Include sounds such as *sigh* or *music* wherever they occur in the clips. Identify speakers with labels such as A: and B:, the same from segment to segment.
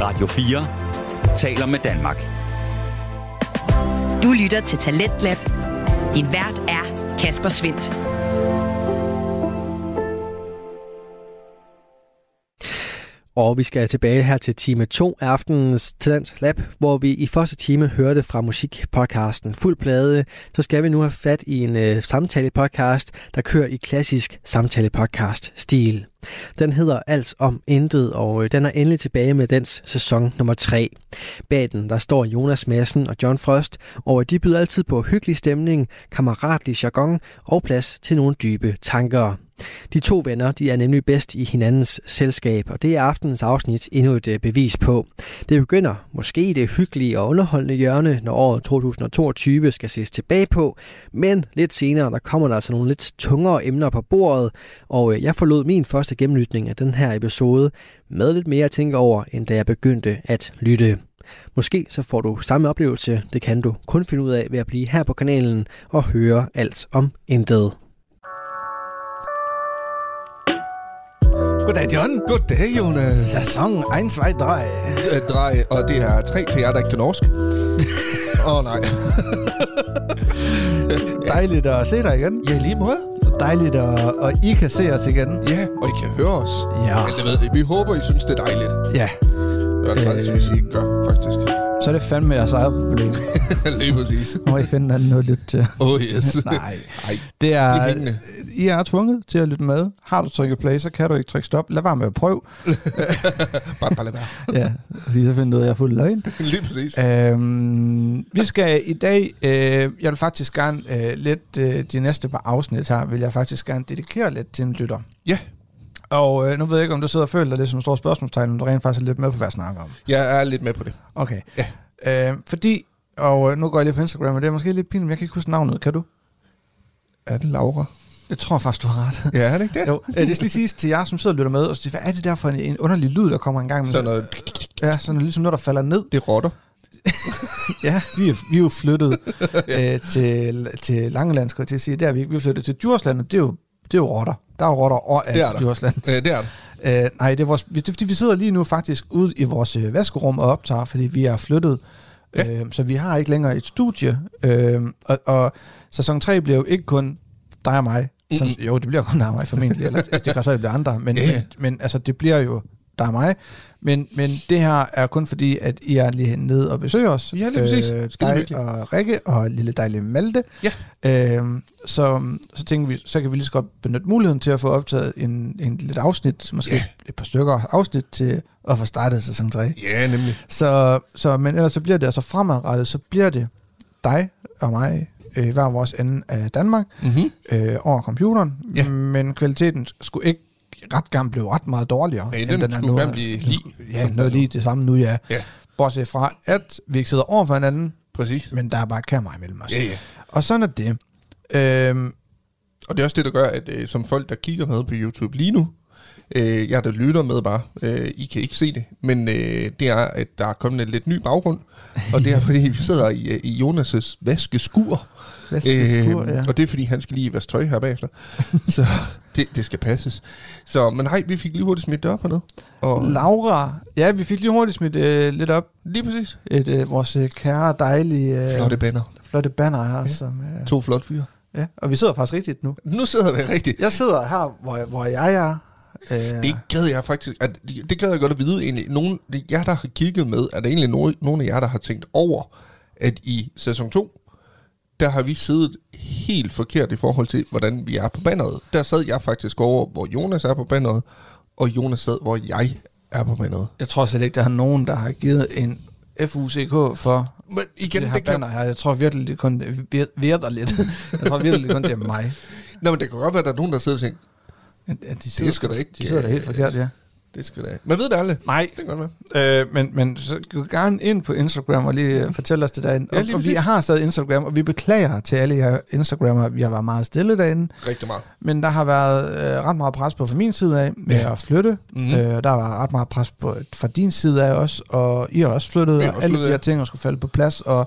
A: Radio 4 taler med Danmark.
B: Du lytter til Talentlab. Din vært er Kasper Svendt.
C: Og vi skal tilbage her til time 2 af aftenens Talent Lab, hvor vi i første time hørte fra musikpodcasten Fuld Plade. Så skal vi nu have fat i en øh, samtalepodcast, der kører i klassisk samtalepodcast-stil. Den hedder Alt om Intet, og øh, den er endelig tilbage med dens sæson nummer 3. Bag den, der står Jonas Madsen og John Frost, og de byder altid på hyggelig stemning, kammeratlig jargon og plads til nogle dybe tanker. De to venner de er nemlig bedst i hinandens selskab, og det er aftenens afsnit endnu et øh, bevis på. Det begynder måske i det hyggelige og underholdende hjørne, når året 2022 skal ses tilbage på, men lidt senere der kommer der altså nogle lidt tungere emner på bordet, og øh, jeg forlod min første gennemlytning af den her episode med lidt mere at tænke over, end da jeg begyndte at lytte. Måske så får du samme oplevelse, det kan du kun finde ud af ved at blive her på kanalen og høre alt om intet.
D: Goddag, John.
E: Goddag, Jonas.
D: Sæson 1, 2, 3.
E: Øh, Drej, og det er tre til jer, der ikke kan
D: *laughs*
E: norsk. Åh, oh, nej.
D: Dejligt at se dig igen.
E: Ja, i lige måde.
D: Dejligt, at, og I kan se os igen.
E: Ja, og I kan høre os.
D: Ja.
E: Men det ved I. Vi håber, I synes, det er dejligt.
D: Ja,
E: Det er træls, hvis I ikke gør, faktisk. *laughs*
D: så er det fandme jeres eget problem.
E: lige præcis.
D: Må I finde anden noget at lytte
E: *laughs*
D: til.
E: Oh, yes.
D: Nej.
E: Ej,
D: Det er, øh,
E: Bliv hængende.
D: I er tvunget til at lytte med. Har du trykket play, så kan du ikke trykke stop. Lad være med at
E: *laughs*
D: prøve.
E: bare, bare lad være.
D: ja, fordi så finder du ud af, at jeg er fuld af løgn.
E: *laughs* Lige præcis.
D: Øhm, vi skal i dag, øh, jeg vil faktisk gerne øh, lidt, øh, de næste par afsnit her, vil jeg faktisk gerne dedikere lidt til en lytter.
E: Ja,
D: Og øh, nu ved jeg ikke, om du sidder og føler dig lidt som et stort spørgsmålstegn, om du rent faktisk er lidt med på, hvad jeg snakker om.
E: jeg er lidt med på det.
D: Okay.
E: Ja.
D: Øh, fordi, og øh, nu går jeg lige på Instagram, og det er måske lidt pinligt, men jeg kan ikke huske navnet, kan du?
E: Er det Laura?
D: Jeg tror faktisk, du har
E: *laughs*
D: ret.
E: Ja, er det ikke det?
D: jo, øh, det skal lige siges til jer, som sidder og lytter med, og siger, hvad er det der for en, en underlig lyd, der kommer en gang?
E: Sådan noget,
D: Ja, sådan ligesom noget, der falder ned.
E: det rotter.
D: Ja, vi er, vi er jo flyttet øh, til, til Langeland, skulle jeg til at sige. Der er vi ikke. Vi er flyttet til Djursland, og det er jo, det er jo rotter. Der er jo rotter over
E: Det er
D: af
E: der.
D: Djursland.
E: Øh, det er det.
D: Øh, nej, det er, vores, det er fordi, vi sidder lige nu faktisk ude i vores øh, vaskerum og optager, fordi vi er flyttet. Ja. Øh, så vi har ikke længere et studie. Øh, og, og sæson 3 bliver jo ikke kun dig og mig. Som,
E: Mm-mm.
D: jo, det bliver kun dig og mig
E: *laughs*
D: formentlig. Eller, det kan så ikke blive andre. Men,
E: Ja.
D: men, men altså, det bliver jo dig og mig. Men, men det her er kun fordi, at I er lige nede og besøger os.
E: Ja, lige præcis.
D: Øh,
E: Skide
D: dig
E: hyggeligt.
D: og Rikke og lille dejlige Malte.
E: Ja.
D: Øhm, så, så tænker vi, så kan vi lige så godt benytte muligheden til at få optaget en, en lidt afsnit, måske
E: Ja.
D: yeah. et par stykker afsnit til at få startet sæson 3.
E: Ja, nemlig.
D: Så, så, men ellers så bliver det altså fremadrettet, så bliver det dig og mig øh, hver vores ende af Danmark
E: Mm-hmm.
D: øh, over computeren,
E: Ja.
D: men kvaliteten skulle ikke ret gerne blev ret meget dårligere.
E: Nej,
D: end
E: den
D: er
E: skulle
D: nu.
E: gerne blive
D: Den
E: lige.
D: skulle- Ja, noget lige det samme nu, ja.
E: Ja.
D: Bortset fra, at vi ikke sidder over for hinanden,
E: Præcis.
D: men der er bare et kamera imellem os.
E: Ja, ja.
D: Og sådan er det. Øhm,
E: Og det er også det, der gør, at øh, som folk, der kigger med på YouTube lige nu, øh, jeg der lytter med bare, øh, I kan ikke se det, men øh, det er, at der er kommet en lidt ny baggrund, og det er, fordi vi sidder i, øh, i Jonas' vaskeskur,
D: Vaskeskur, ja.
E: Øh, Øhm, og det er, fordi han skal lige vaske tøj her
D: *laughs*
E: bagefter, så det, det skal passes. Så, men nej, vi fik lige hurtigt smidt det op hernede, og
D: Laura. Ja, vi fik lige hurtigt smidt øh, lidt op.
E: lige præcis,
D: Et, øh, vores øh, kære, dejlige, øh,
E: flotte banner,
D: flotte banner her. Ja. Som, øh,
E: to flotte fyre.
D: ja. Og vi sidder faktisk rigtigt nu.
E: Nu sidder vi rigtigt.
D: Jeg sidder her, hvor, hvor jeg er. Øh,
E: Det gad jeg faktisk, at, det gad jeg godt at vide egentlig. Nogen, jer, der har kigget med, er der egentlig nogen, nogen af jer, der har tænkt over, at i sæson 2, der har vi siddet helt forkert i forhold til, hvordan vi er på banneret. Der sad jeg faktisk over, hvor Jonas er på banneret, og Jonas sad, hvor jeg er på banneret.
D: jeg tror slet ikke, der er nogen, der har givet en FUCK for
E: Men igen,
D: Igen, det her
E: det, det kan,
D: banner her. Jeg tror virkelig, det kun øh, virker lidt. *laughs* Jeg tror virkelig, det kun det er mig.
E: Nå, men det kan godt være, at der er nogen, der sidder og tænker,
D: At- at De
E: skal da ikke,
D: De sidder da helt
E: øh,
D: forkert, ja.
E: det skal da... Man ved det aldrig.
D: Nej,
E: Det kan godt være.
D: Øh, men, men så gå gerne ind på Instagram og lige øh, fortæl os det derinde.
E: Ja,
D: Ja,
E: lige
D: og, og vi
E: præcis.
D: har stadig Instagram, og vi beklager til alle jer Instagrammer. Vi har været meget stille derinde,
E: Rigtig meget.
D: men der har været øh, ret meget pres på fra min side af med
E: Ja.
D: ja. at flytte.
E: Mhm.
D: Mm. Øh, der var ret meget pres på, øh, fra din side af også, og I har også flyttet,
E: Vi har
D: og
E: også
D: alle
E: flyttet,
D: de
E: ja.
D: her ting og skulle falde på plads. Og,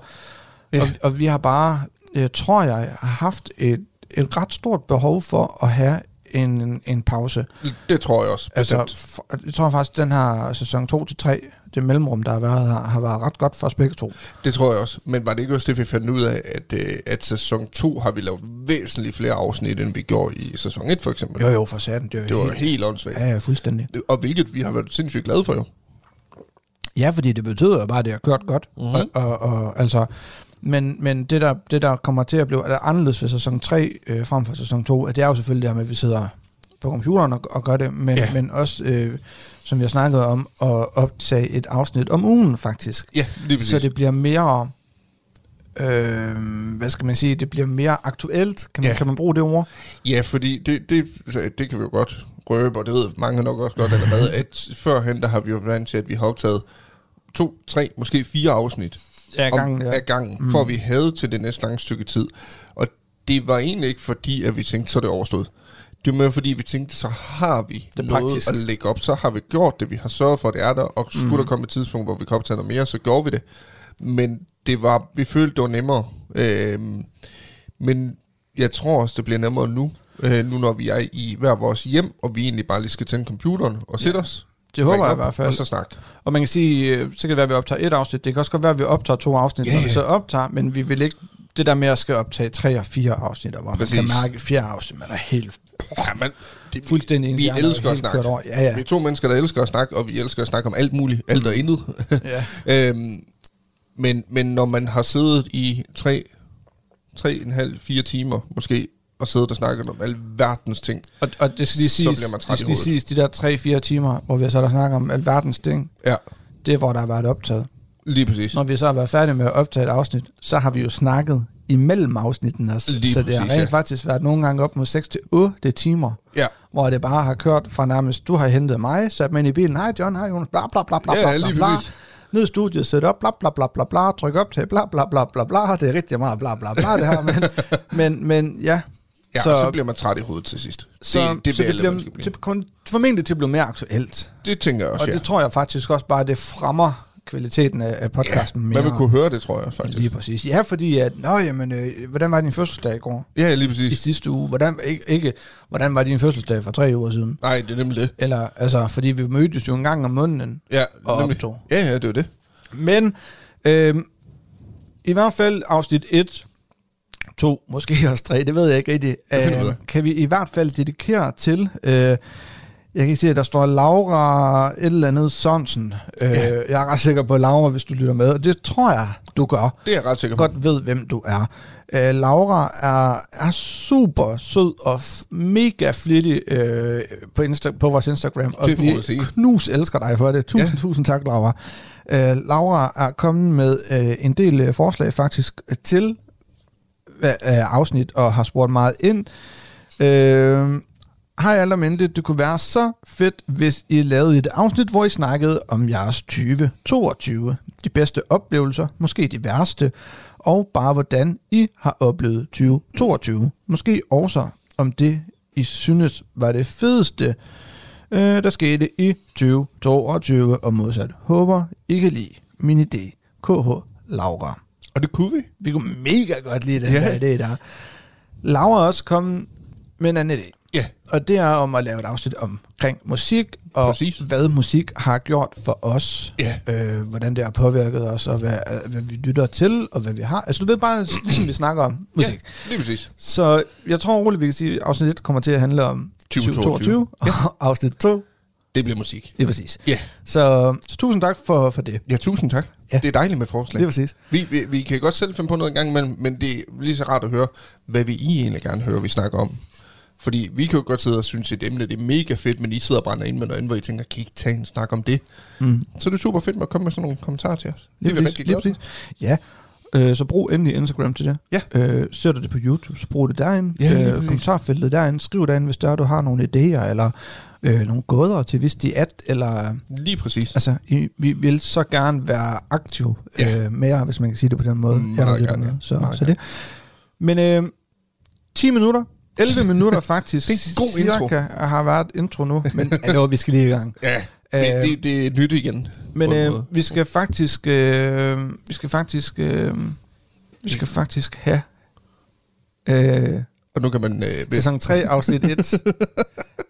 E: Ja.
D: ja. og, og vi har bare, øh, tror jeg, har haft et, et ret stort behov for at have en, en pause.
E: Det tror jeg også.
D: Altså,
E: bestemt.
D: for, jeg tror faktisk, den her sæson 2-3, det mellemrum, der har været her, har været ret godt for os begge to.
E: Det tror jeg også. Men var det ikke også det, vi fandt ud af, at, øh, at sæson 2 har vi lavet væsentligt flere afsnit, end vi gjorde i sæson 1 for eksempel?
D: Jo, jo, for satan. Det,
E: Det var jo helt åndssvagt.
D: Ja, ja, fuldstændig.
E: Det- Og hvilket vi har været sindssygt glade for jo.
D: Ja, fordi det betyder jo bare, at det har kørt godt. Mm-hmm. Og, og, og, altså, men, men det, der, det, der kommer til at blive eller anderledes ved sæson 3 øh, frem for sæson 2, at det er jo selvfølgelig det her med, at vi sidder på computeren og, og gør det, men,
E: Ja.
D: ja. men også, øh, som vi har snakket om, at optage et afsnit om ugen faktisk.
E: Ja, lige præcis.
D: Så det bliver mere, øh, hvad skal man sige, det bliver mere aktuelt, kan man,
E: Ja.
D: ja. kan man bruge det ord?
E: Ja, fordi det, det, så det kan vi jo godt røbe, og det ved mange nok også godt allerede, at førhen der har vi jo vant til, at vi har optaget to, tre, måske fire afsnit
D: Ja, gangen,
E: om,
D: ja.
E: af gangen mm. for vi havde til det næste lange stykke tid. Og det var egentlig ikke fordi, at vi tænkte, så er det overstået. Det var mere fordi, vi tænkte, så har vi det
D: Det er
E: noget praktisk.
D: praktisk.
E: at lægge op. Så har vi gjort det, vi har sørget for, at det er der, og skulle mm. der komme et tidspunkt, hvor vi kan optage noget mere, så gjorde vi det. Men det var, vi følte, det var nemmere. Øhm, men jeg tror også, det bliver nemmere nu, øh, nu når vi er i hver vores hjem, og vi egentlig bare lige skal tænde computeren og sætte ja. os.
D: Det håber
E: ringe
D: jeg i
E: op,
D: hvert fald.
E: Og så snakke.
D: Og man kan sige, øh, så kan det være, at vi optager et afsnit. Det kan også godt være, at vi optager to afsnit,
E: Ja,
D: yeah. når vi
E: ja.
D: så optager, men vi vil ikke det der med at skal optage tre og fire afsnit, og hvor
E: Præcis.
D: man kan mærke et fjerde afsnit, man er helt
E: Ja, man, det,
D: fuldstændig ens
E: Vi
D: hjerne er
E: elsker at
D: helt
E: snakke.
D: kørt over. Ja, ja.
E: Vi er to mennesker, der elsker at snakke, og vi elsker at snakke om alt muligt, alt og intet.
D: Mm. ja.
E: *laughs* øhm, men, men når man har siddet i tre, tre en halv, fire timer måske, og siddet og snakket om alverdens ting.
D: Og, og det skal lige
E: Så
D: siges,
E: bliver man træt i
D: det skal lige
E: hovedet.
D: siges, de der tre-fire timer, hvor vi har sat og snakket om alverdens ting,
E: Ja,
D: det er, hvor der har været optaget.
E: lige præcis.
D: Når vi så har været færdige med at optage et afsnit, så har vi jo snakket imellem afsnitten også.
E: Lige
D: så det har
E: præcis,
D: rent
E: ja.
D: faktisk været nogle gange op mod 6-8 timer.
E: Ja,
D: hvor det bare har kørt fra nærmest, du har hentet mig, sat mig ind i bilen, hej John, hej Jonas, bla bla bla bla
E: Ja,
D: bla bla
E: lige
D: bla,
E: præcis.
D: ned i studiet, sæt op, bla bla bla bla bla, tryk op til, bla bla bla bla bla, det er rigtig meget bla bla bla det her,
E: *laughs*
D: men, men, men ja,
E: ja så,
D: Så-
E: og så bliver man træt i hovedet til sidst.
D: så
E: det, det,
D: så
E: vil
D: det
E: alle
D: bliver
E: mennesker blive.
D: det kommer formentlig til at blive mere aktuelt,
E: det tænker jeg også,
D: og
E: ja.
D: det tror jeg faktisk også bare, det fremmer kvaliteten af, af podcasten mere.
E: Man vil kunne høre det, tror jeg faktisk.
D: Lige præcis. Ja, fordi at, nå jamen, øh, hvordan var din fødselsdag i går?
E: Ja, lige
D: I
E: præcis.
D: sidste uge, hvordan, ikke, ikke, hvordan var din fødselsdag for tre uger siden?
E: Nej, det er nemlig det.
D: Eller, altså, fordi vi mødtes jo en gang om måneden.
E: Ja,
D: Og
E: nemlig.
D: optog.
E: Ja, ja, det er jo det.
D: Men øh, i hvert fald afsnit 1, 2, måske *laughs* også 3, det ved jeg ikke rigtigt. Øhm,
E: Det finder vi ud af.
D: kan vi i hvert fald dedikere til... Øh, jeg kan se, at der står Laura et eller andet Sørensen. Øh, ja. Jeg er ret sikker på Laura, hvis du lytter med, og det tror jeg, du gør
E: Det er jeg ret sikker på.
D: godt ved, hvem du er. Øh, Laura er, er super sød og f- mega flittig øh, på, Insta- på vores Instagram. Og
E: Det må
D: vi
E: man sige.
D: knus elsker dig for det. Tusind,
E: Ja.
D: ja. tusind tak, Laura. Øh, Laura er kommet med øh, en del øh, forslag faktisk til øh, øh, afsnit og har spurgt meget ind. Øh, Hej alle om endelig. Det kunne være så fedt, hvis I lavede et afsnit, hvor I snakkede om jeres 2022. De bedste oplevelser, måske de værste, og bare hvordan I har oplevet 2022. Måske også om det, I synes var det fedeste, øh, der skete i 2022 og modsat. Håber, I kan lide min idé. KH Laura.
E: Og det kunne vi.
D: Vi kunne mega godt lide den
E: Ja.
D: ja. der idé der. Laura er også kommet med en anden idé.
E: Ja,
D: Og det er om at lave et afsnit omkring musik, og
E: Præcis.
D: Præcis. hvad musik har gjort for os.
E: Ja.
D: Øh, hvordan det har påvirket os, og hvad, øh, hvad vi lytter til, og hvad vi har. Altså du ved bare, ligesom vi snakker om musik.
E: ja lige præcis.
D: Så jeg tror roligt, vi kan sige, at afsnit 1 kommer til at handle om
E: 2022.
D: og afsnit 2,
E: Det bliver musik.
D: det er præcis.
E: Ja.
D: Så, så tusind tak for, for det.
E: Ja, tusind tak. Ja.
D: Ja.
E: Det er dejligt med forslag.
D: Det er præcis.
E: Vi, vi, vi kan godt selv finde på noget en gang imellem, men det er lige så rart at høre, hvad vi I egentlig gerne hører, vi snakker om. Fordi vi kan jo godt sidde og synes, at et emne det er mega fedt, men I sidder og brænder ind med noget andet, hvor I tænker, kan I ikke tage en snak om det? Mm. Så er det super fedt med at komme med sådan nogle kommentarer til os. Det er vi
D: Lige
E: rigtig
D: præcis, lige
E: glade for.
D: præcis. Ja, øh, så brug endelig Instagram til det.
E: Ja.
D: Øh, ser du det på YouTube, så brug det derinde.
E: Ja, lige præcis.
D: øh, kommentarfeltet derinde. Skriv derinde, hvis der er, du har nogle idéer, eller øh, nogle gåder til, hvis de er, eller...
E: Lige præcis.
D: Altså, I, vi vil så gerne være aktive
E: Ja.
D: ja. øh, med jer, hvis man kan sige det på den måde.
E: Meget
D: jer, der lytter
E: gerne, ja.
D: med. Så,
E: Meget
D: så det. Men øh, 10 minutter, 11
E: *laughs*
D: minutter faktisk,
E: Det er en god
D: cirka,
E: intro.
D: har været intro nu, men altså, vi skal lige i gang.
E: Ja, det,
D: Øh,
E: det, det er nyt igen.
D: Men
E: på en
D: øh,
E: måde.
D: vi skal faktisk, øh, vi skal faktisk, øh, vi skal faktisk have øh,
E: Og nu kan man... Øh, *laughs*
D: sæson 3 afsnit 1.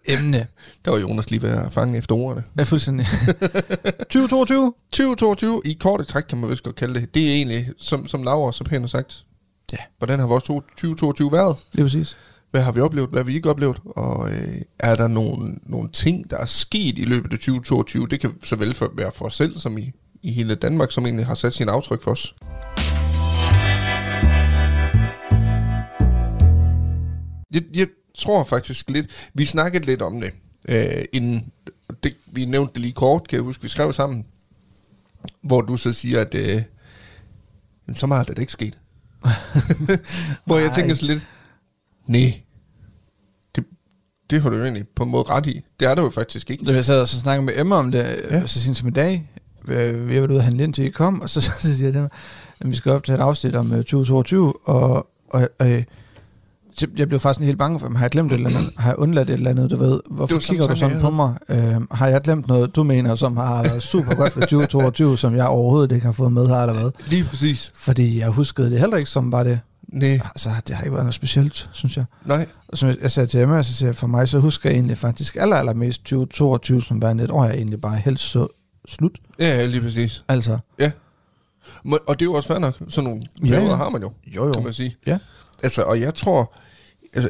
D: emne.
E: Der var Jonas lige ved at fange efter ordene.
D: Jeg er fuldstændig... *laughs* 2022?
E: 2022, i korte træk kan man vist godt kalde det. Det er egentlig, som, som Laura så pænt har sagt,
D: Ja.
E: hvordan har vores to- 2022 været?
D: Det er præcis.
E: Hvad har vi oplevet? Hvad har vi ikke oplevet? Og øh, er der nogle, nogle ting, der er sket i løbet af 2022? Det kan såvel for, være for os selv, som i, i hele Danmark, som egentlig har sat sin aftryk for os. Jeg, jeg tror faktisk lidt, vi snakkede lidt om det, øh, inden det, vi nævnte det lige kort, kan jeg huske, vi skrev sammen, hvor du så siger, at øh, "Men så meget er det ikke *laughs* sket. hvor jeg
D: Nej.
E: tænker sådan lidt, nej, det, det har du jo egentlig på en måde ret i. Det er der jo faktisk ikke.
D: Da jeg sad og så snakkede med Emma om det, ja. så sent som i dag, øh, jeg var ude og handle ind til I kom, og så, *laughs* så siger jeg til mig, at vi skal op til et afsnit om øh, 2022, og, og, og øh, så jeg blev faktisk sådan helt bange for, om har jeg glemt et eller andet? Har jeg undladt et eller andet, du ved? Hvorfor
E: var
D: det
E: samme
D: kigger
E: tanke,
D: du sådan
E: jeg
D: på mig? Øh, har jeg glemt noget, du mener, som har været super godt for 2022, som jeg overhovedet ikke har fået med her, eller hvad?
E: Lige præcis.
D: Fordi jeg huskede det heller ikke, som var det.
E: Nej,
D: Altså, det har ikke været noget specielt, synes jeg.
E: nej.
D: Og som jeg- jeg sagde til Emma, så siger jeg, for mig så husker jeg egentlig faktisk aller, allermest 2022 som værende et år, jeg egentlig bare helst så slut.
E: Ja, ja, lige præcis.
D: Altså,
E: Må- Og det er jo også fair nok. Sådan nogle
D: Ja,
E: perioder
D: ja.
E: har man jo.
D: jo jo.
E: kan man sige.
D: Ja.
E: Altså, og jeg tror, altså,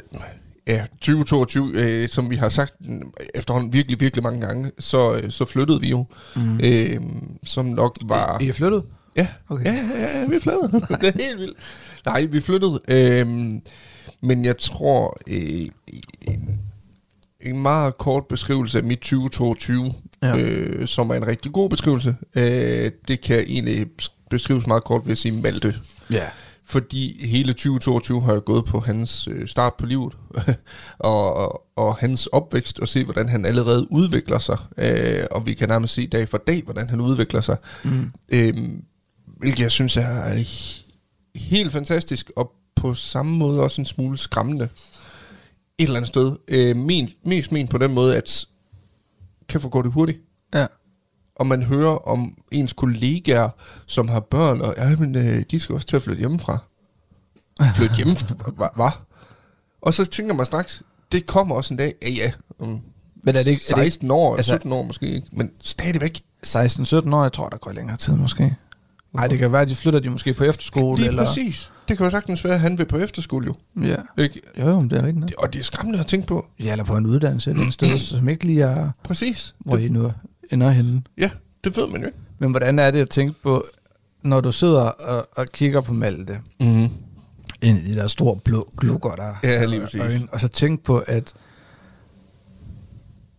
E: ja, 2022, øh, som vi har sagt mm, efterhånden virkelig, virkelig mange gange, så, øh, så flyttede vi jo, mm. øh, som nok var...
D: I er flyttet?
E: Ja,
D: Okay.
E: okay. ja, ja, ja, vi *laughs* flyttede. det er helt vildt. Nej, vi flyttede. Øhm, men jeg tror, øh, en, en meget kort beskrivelse af mit 2022,
D: Ja.
E: ja. øh, som er en rigtig god beskrivelse, øh, det kan egentlig beskrives meget kort ved at sige Malte
D: Ja.
E: fordi hele 2022 har jeg gået på hans øh, start på livet, *laughs* og, og, og hans opvækst, og se, hvordan han allerede udvikler sig, øh, og vi kan nærmest se dag for dag, hvordan han udvikler sig, mm. øh, hvilket jeg synes er he- helt fantastisk, og på samme måde også en smule skræmmende et eller andet sted. Øh, men, mest men på den måde, at kan gå det hurtigt
D: Ja.
E: og man hører om ens kollegaer, som har børn, og ja, men, øh, de skal også til at flytte
D: *laughs*
E: hjemmefra. Flytte hjemmefra? Hvad? Og så tænker man straks, det kommer også en dag, ja ja, om
D: Men er det ikke, er det ikke
E: 16 år,
D: altså-
E: altså, 17 år måske, ikke? men stadigvæk.
D: 16-17 år? Jeg tror, der går længere tid måske. Nej, det kan være, at de flytter de måske på efterskole.
E: Lige
D: eller...
E: præcis. Det kan jo sagtens være, at han vil på efterskole jo.
D: Ja.
E: Ikke?
D: Jo, jo, men det er rigtigt. nok.
E: Det- Og det er skræmmende at tænke på.
D: Ja, eller på en uddannelse et eller andet *clears throat* sted, som ikke lige er,
E: Præcis.
D: hvor I nu ender henne.
E: Ja, det ved man jo ikke.
D: Men hvordan er det at tænke på, når du sidder og, og kigger på Malte,
E: Mm.
D: ind i de der store blå glukker, der
E: Ja, lige
D: og-
E: præcis.
D: øjne. Og så tænk på, at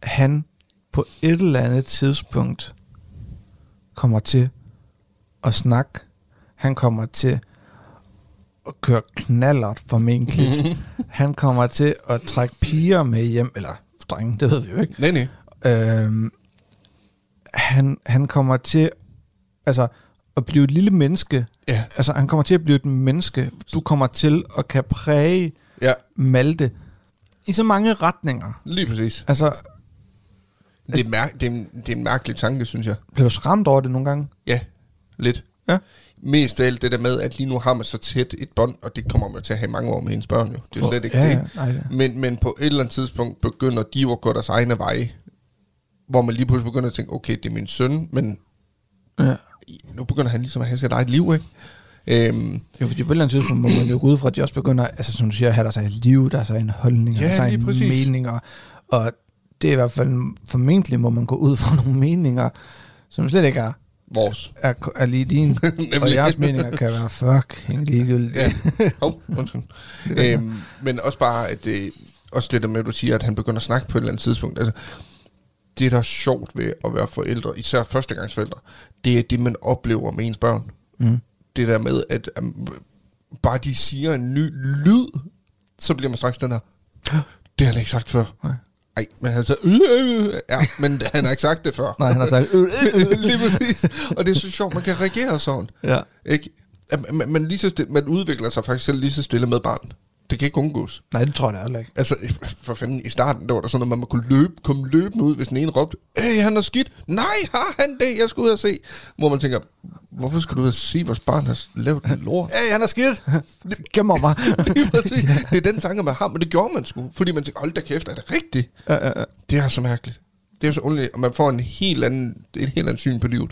D: han på et eller andet tidspunkt kommer til at snakke. Han kommer til at køre knallert
E: *laughs*
D: formentlig. han kommer til at trække piger med hjem, eller drenge, det ved vi jo ikke.
E: Nej, nej.
D: Øhm, han, han kommer til altså, at blive et lille menneske.
E: Ja.
D: Altså, han kommer til at blive et menneske. Du kommer til at kan præge
E: Ja,
D: Malte i så mange retninger.
E: lige præcis.
D: Altså,
E: Det er, mær- det, er en, det er en mærkelig tanke, synes jeg.
D: blev du skræmt over det nogle gange?
E: Ja, lidt.
D: Ja.
E: Mest af alt det der med, at lige nu har man så tæt et bånd, og det kommer man jo til at have i mange år med hendes børn jo. Det er jo slet ikke
D: ja,
E: det.
D: Ja, nej, ja.
E: Men, men på et eller andet tidspunkt begynder de jo at gå deres egne veje, hvor man lige pludselig begynder at tænke, okay, det er min søn, men
D: Ja.
E: nu begynder han ligesom at have sit eget liv, ikke? Øhm,
D: Det er jo fordi på et eller andet tidspunkt, må man jo gå ud fra, at de også begynder, altså som du siger, at have deres eget liv, deres egen holdning,
E: Ja,
D: deres
E: lige
D: egen
E: præcis.
D: meninger. Og det er i hvert fald, formentlig må man gå ud fra nogle meninger, som slet ikke er,
E: vores.
D: er, er lige
E: *laughs*
D: dine. og jeres meninger kan være fucking ligegyldige.
E: ja. *laughs* Hov, undskyld. øhm, men også bare, at det, også det der med, at du siger, at han begynder at snakke på et eller andet tidspunkt. Altså, det, der er sjovt ved at være forældre, især førstegangsforældre, det er det, man oplever med ens børn.
D: Mm.
E: Det der med, at um, bare de siger en ny lyd, så bliver man straks den der, det har han ikke sagt før.
D: Nej.
E: Ej, men han så, øh, øh, øh." ja, men han har ikke sagt det før.
D: Nej, han har sagt, øh, øh, øh.
E: *laughs* Lige præcis. Og det er så sjovt, man kan reagere sådan.
D: Ja.
E: Ikke? At man, man, lige så stille, man udvikler sig faktisk selv lige så stille med barn. Det, Det kan ikke undgås.
D: Nej, det tror jeg da heller ikke.
E: Altså, *laughs* for fanden, i starten, der var der sådan, at man kunne løbe, komme løbende ud, hvis den ene råbte, Hey, han er skidt! Nej, har han det? Jeg skal ud og se! Hvor man tænker, hvorfor skal du ud og se, vores barn har lavet en lort?
D: *laughs* Hey, han er skidt! Gemmer mig.
E: *laughs* Lige præcis. det er den tanke, man har, men det gjorde man sgu. Fordi man tænkte, hold da kæft, er det rigtigt?
D: Ja, ja, ja.
E: Det er så mærkeligt. Det er så underligt, og man får en helt anden, et helt andet syn på livet.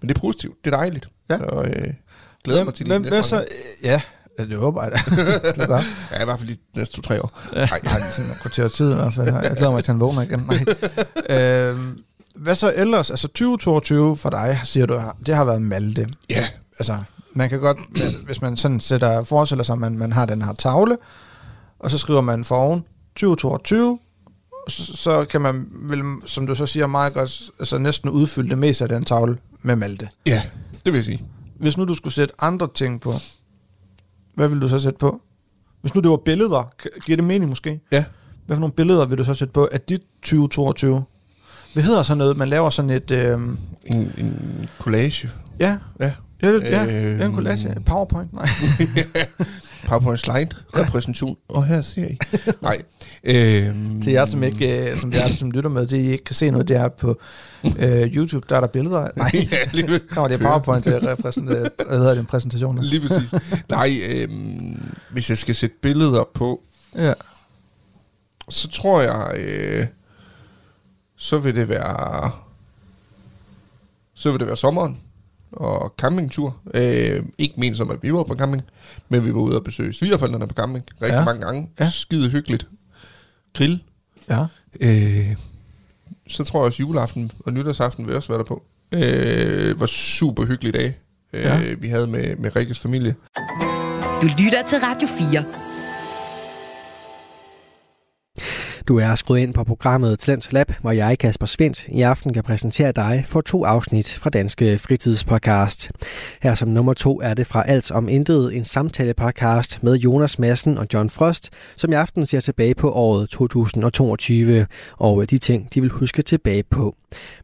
E: Men det er positivt, det er dejligt.
D: Ja.
E: Så øh, glæder
D: Hvem-
E: mig til
D: hvem,
E: næste
D: hvad
E: mange-
D: så? Ja, ja, det håber jeg da. *laughs* Det er godt.
E: Ja, i hvert fald de næste to-tre år.
D: Nej,
E: Nej,
D: jeg har sådan en kvarter tid i hvert fald. Jeg glæder mig til, at han vågner igen. Nej. Øhm, hvad så ellers? Altså 2022 for dig, siger du, har- det har været Malte.
E: ja,
D: Altså, man kan godt, hvis man sådan sætter, forestiller sig, at man, man har den her tavle, og så skriver man foroven 2022, så, så kan man, vel, som du så siger, meget godt, altså næsten udfylde det meste af den tavle med Malte.
E: ja, det vil jeg sige.
D: Hvis nu du skulle sætte andre ting på, hvad vil du så sætte på? Hvis nu det var billeder, gi- giver det mening måske?
E: Ja.
D: Hvad for nogle billeder vil du så sætte på af dit 2022? Hvad hedder sådan noget? Man laver sådan et... Øh,
E: En, en collage.
D: ja,
E: Ja.
D: ja, det, ja, det er en
E: Øhm.
D: collage. PowerPoint, nej.
E: PowerPoint slide, repræsentation, og her ser
D: *laughs*
E: I. Nej. Øhm,
D: Til jer, som, ikke, øh, som, jer, som lytter med, det I ikke kan se noget, det er på øh, YouTube, der er der billeder. Nej,
E: *laughs* ja, lige,
D: kommer det er PowerPoint, det er repræsent- øh, hvad hedder det, en præsentation.
E: lige præcis. Nej, øhm, hvis jeg skal sætte billeder på,
D: Ja.
E: så tror jeg, øh, så vil det være, så vil det være sommeren og campingtur. Øh, ikke ment som, at vi var på camping, men vi var ude og besøge svigerforældrene på camping rigtig
D: Ja.
E: ja. mange gange.
D: Ja.
E: Ja. Skide hyggeligt. Grill.
D: ja.
E: Øh, så tror jeg også juleaften og nytårsaften vil også være der på. Øh, var super hyggelig dag, øh,
D: Ja.
E: ja. vi havde med, med Rikkes familie.
B: Du lytter til Radio 4.
C: Du er skruet ind på programmet Talent Lab, hvor jeg, Kasper Svendt, i aften kan præsentere dig for to afsnit fra Danske Fritidspodcast. Her som nummer to er det fra Alt om Intet, en samtalepodcast med Jonas Madsen og John Frost, som i aften ser tilbage på året 2022, og de ting, de vil huske tilbage på.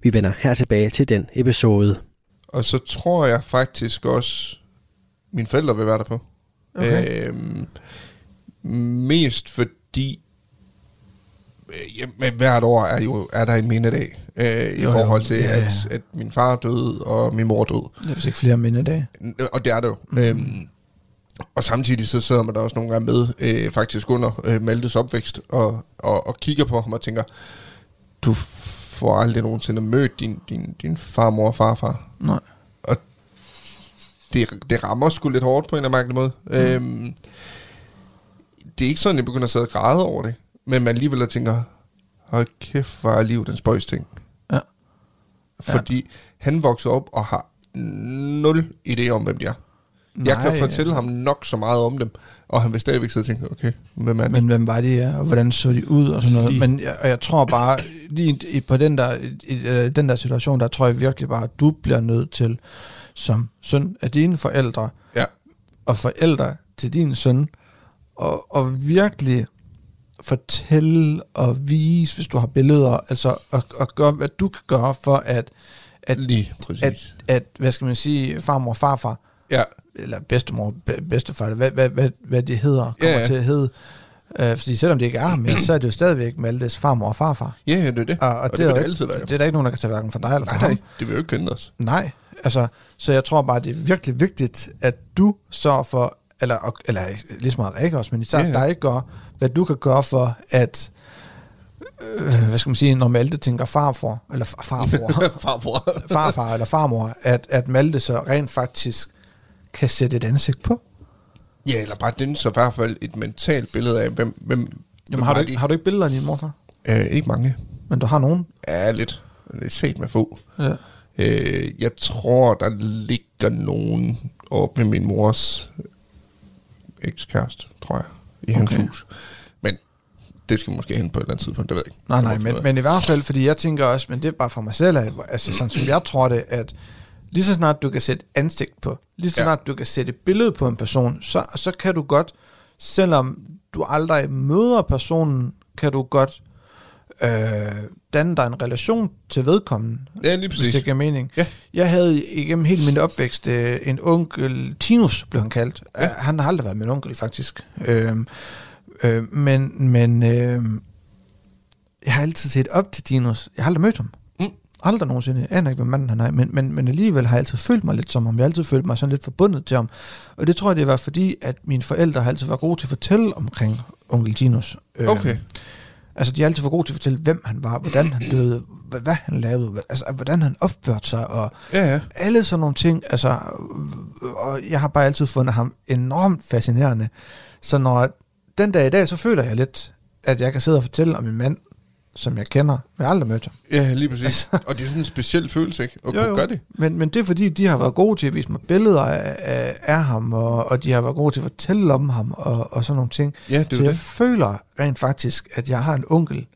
C: Vi vender her tilbage til den episode.
E: Og så tror jeg faktisk også, mine forældre vil være der på.
D: Okay.
E: Øhm, mest fordi, øh, jamen, hvert år er, jo, er der en mindedag, øh, i
D: Jo, jo.
E: forhold til,
D: Ja,
E: ja,
D: ja.
E: ja. At, at min far døde, og min mor døde.
D: Det er vist ikke flere minde i dag.
E: Og det er det jo. Mm. Øhm, og samtidig så sidder man der også nogle gange med, øh, faktisk under øh, Maltes opvækst, og, og, og kigger på ham og tænker, du får aldrig nogensinde mødt din, din, din farmor og farfar.
D: Nej.
E: Og det, det rammer sgu lidt hårdt på en eller anden måde. Mm. Øhm, det er ikke sådan, at jeg begynder at sidde og græde over det, men man alligevel tænker, hold kæft, hvor er livet en spøjs ting.
D: Ja.
E: Fordi han vokser op og har nul idé om, hvem de er. Nej, jeg
D: Nej. altså.
E: kan fortælle ham nok så meget om dem, og han vil stadigvæk sidde og tænke, okay, hvem er det?
D: Men hvem var de, ja, og hvordan så de ud, og sådan noget.
E: Lige.
D: Men jeg, og jeg tror bare, lige i- på den der, i, i, øh, den der situation, der tror jeg virkelig bare, at du bliver nødt til, som søn af dine forældre,
E: Ja.
D: og forældre til din søn, og, og virkelig fortælle og vise, hvis du har billeder, altså, og, og gøre, hvad du kan gøre for, at, at,
E: Lige præcis.
D: at, at hvad skal man sige, farmor og farfar,
E: ja,
D: eller bedstemor, be- bedstefar, eller hvad, hvad, hvad, hvad de hedder, kommer ja,
E: Ja,
D: ja.
E: ja.
D: til at hedde. Øh, fordi selvom det ikke er ham, mere, så er det jo stadigvæk Maltes farmor og farfar.
E: ja, ja, det er det.
D: Ah, Og, og, og det,
E: vil
D: er
E: det
D: jo
E: altid være, jo.
D: Det er der ikke nogen, der kan tage hverken for dig eller for
E: nej,
D: ham.
E: nej, det vil jo ikke kende os.
D: Nej, altså, så jeg tror bare, det er virkelig vigtigt, at du sørger for, eller, og- eller ligesom meget Rikke også, men især
E: Ja,
D: yeah.
E: ja.
D: dig gør, hvad du kan gøre for, at, øh, hvad skal man sige, når Malte tænker farfor, eller far- *laughs* farfor,
E: Farfar.
D: *laughs* farfar eller farmor, at, at Malte så rent faktisk kan sætte et ansigt på.
E: ja, eller bare den så i hvert fald et mentalt billede af, hvem, hvem, hvem
D: Jamen, har, du
E: var
D: ikke,
E: de?
D: har du ikke billeder af din morfar?
E: Øh, ikke mange.
D: Men du har nogen?
E: Ja, lidt. Lidt set med få.
D: Ja.
E: Øh, jeg tror, der ligger nogen oppe med min mors ekskæreste, tror jeg, i hans
D: Okay.
E: hus. Men det skal vi måske hen på et eller andet tidspunkt, det ved jeg ikke.
D: Nej,
E: Jeg
D: nej,
E: må
D: men,
E: finde ud af.
D: men i hvert fald, fordi jeg tænker også, men det er bare for mig selv, at, altså sådan som jeg tror det, at lige så snart du kan sætte ansigt på, lige så
E: Ja.
D: snart du kan sætte et billede på en person, så, så kan du godt, selvom du aldrig møder personen, kan du godt øh, danne dig en relation til vedkommende,
E: Ja, lige
D: hvis
E: præcis.
D: det giver mening.
E: Ja.
D: Jeg havde igennem hele min opvækst øh, en onkel, Tinus blev han kaldt. Ja. Han har aldrig været min onkel, faktisk. Øhm, øh, men men øh, jeg har altid set op til Tinus. Jeg har aldrig mødt ham.
E: Mm.
D: Aldrig nogensinde. Jeg aner ikke, hvem manden han er. Men, men, men alligevel har jeg altid følt mig lidt som ham. Jeg har altid følt mig sådan lidt forbundet til ham. Og det tror jeg, det var fordi, at mine forældre har altid været gode til at fortælle omkring onkel Tinus. Øhm,
E: Okay.
D: Altså, de er altid for gode til at fortælle, hvem han var, hvordan han døde, hvad, hvad han lavede, hvad, altså, hvordan han opførte sig, og
E: Ja, ja.
D: alle sådan nogle ting. Altså, øh, og jeg har bare altid fundet ham enormt fascinerende. Så når den dag i dag, så føler jeg lidt, at jeg kan sidde og fortælle om en mand, som jeg kender, men jeg aldrig mødte ham.
E: Ja, lige præcis.
D: Altså-
E: Og det er sådan en speciel følelse, ikke? At kunne gøre det.
D: Men, men det er fordi, de har været gode til at vise mig billeder af, af, af ham, og, og de har været gode til at fortælle om ham, og, og sådan nogle ting.
E: Ja, det er
D: så
E: jo
D: jeg
E: det.
D: føler rent faktisk, at jeg har en onkel,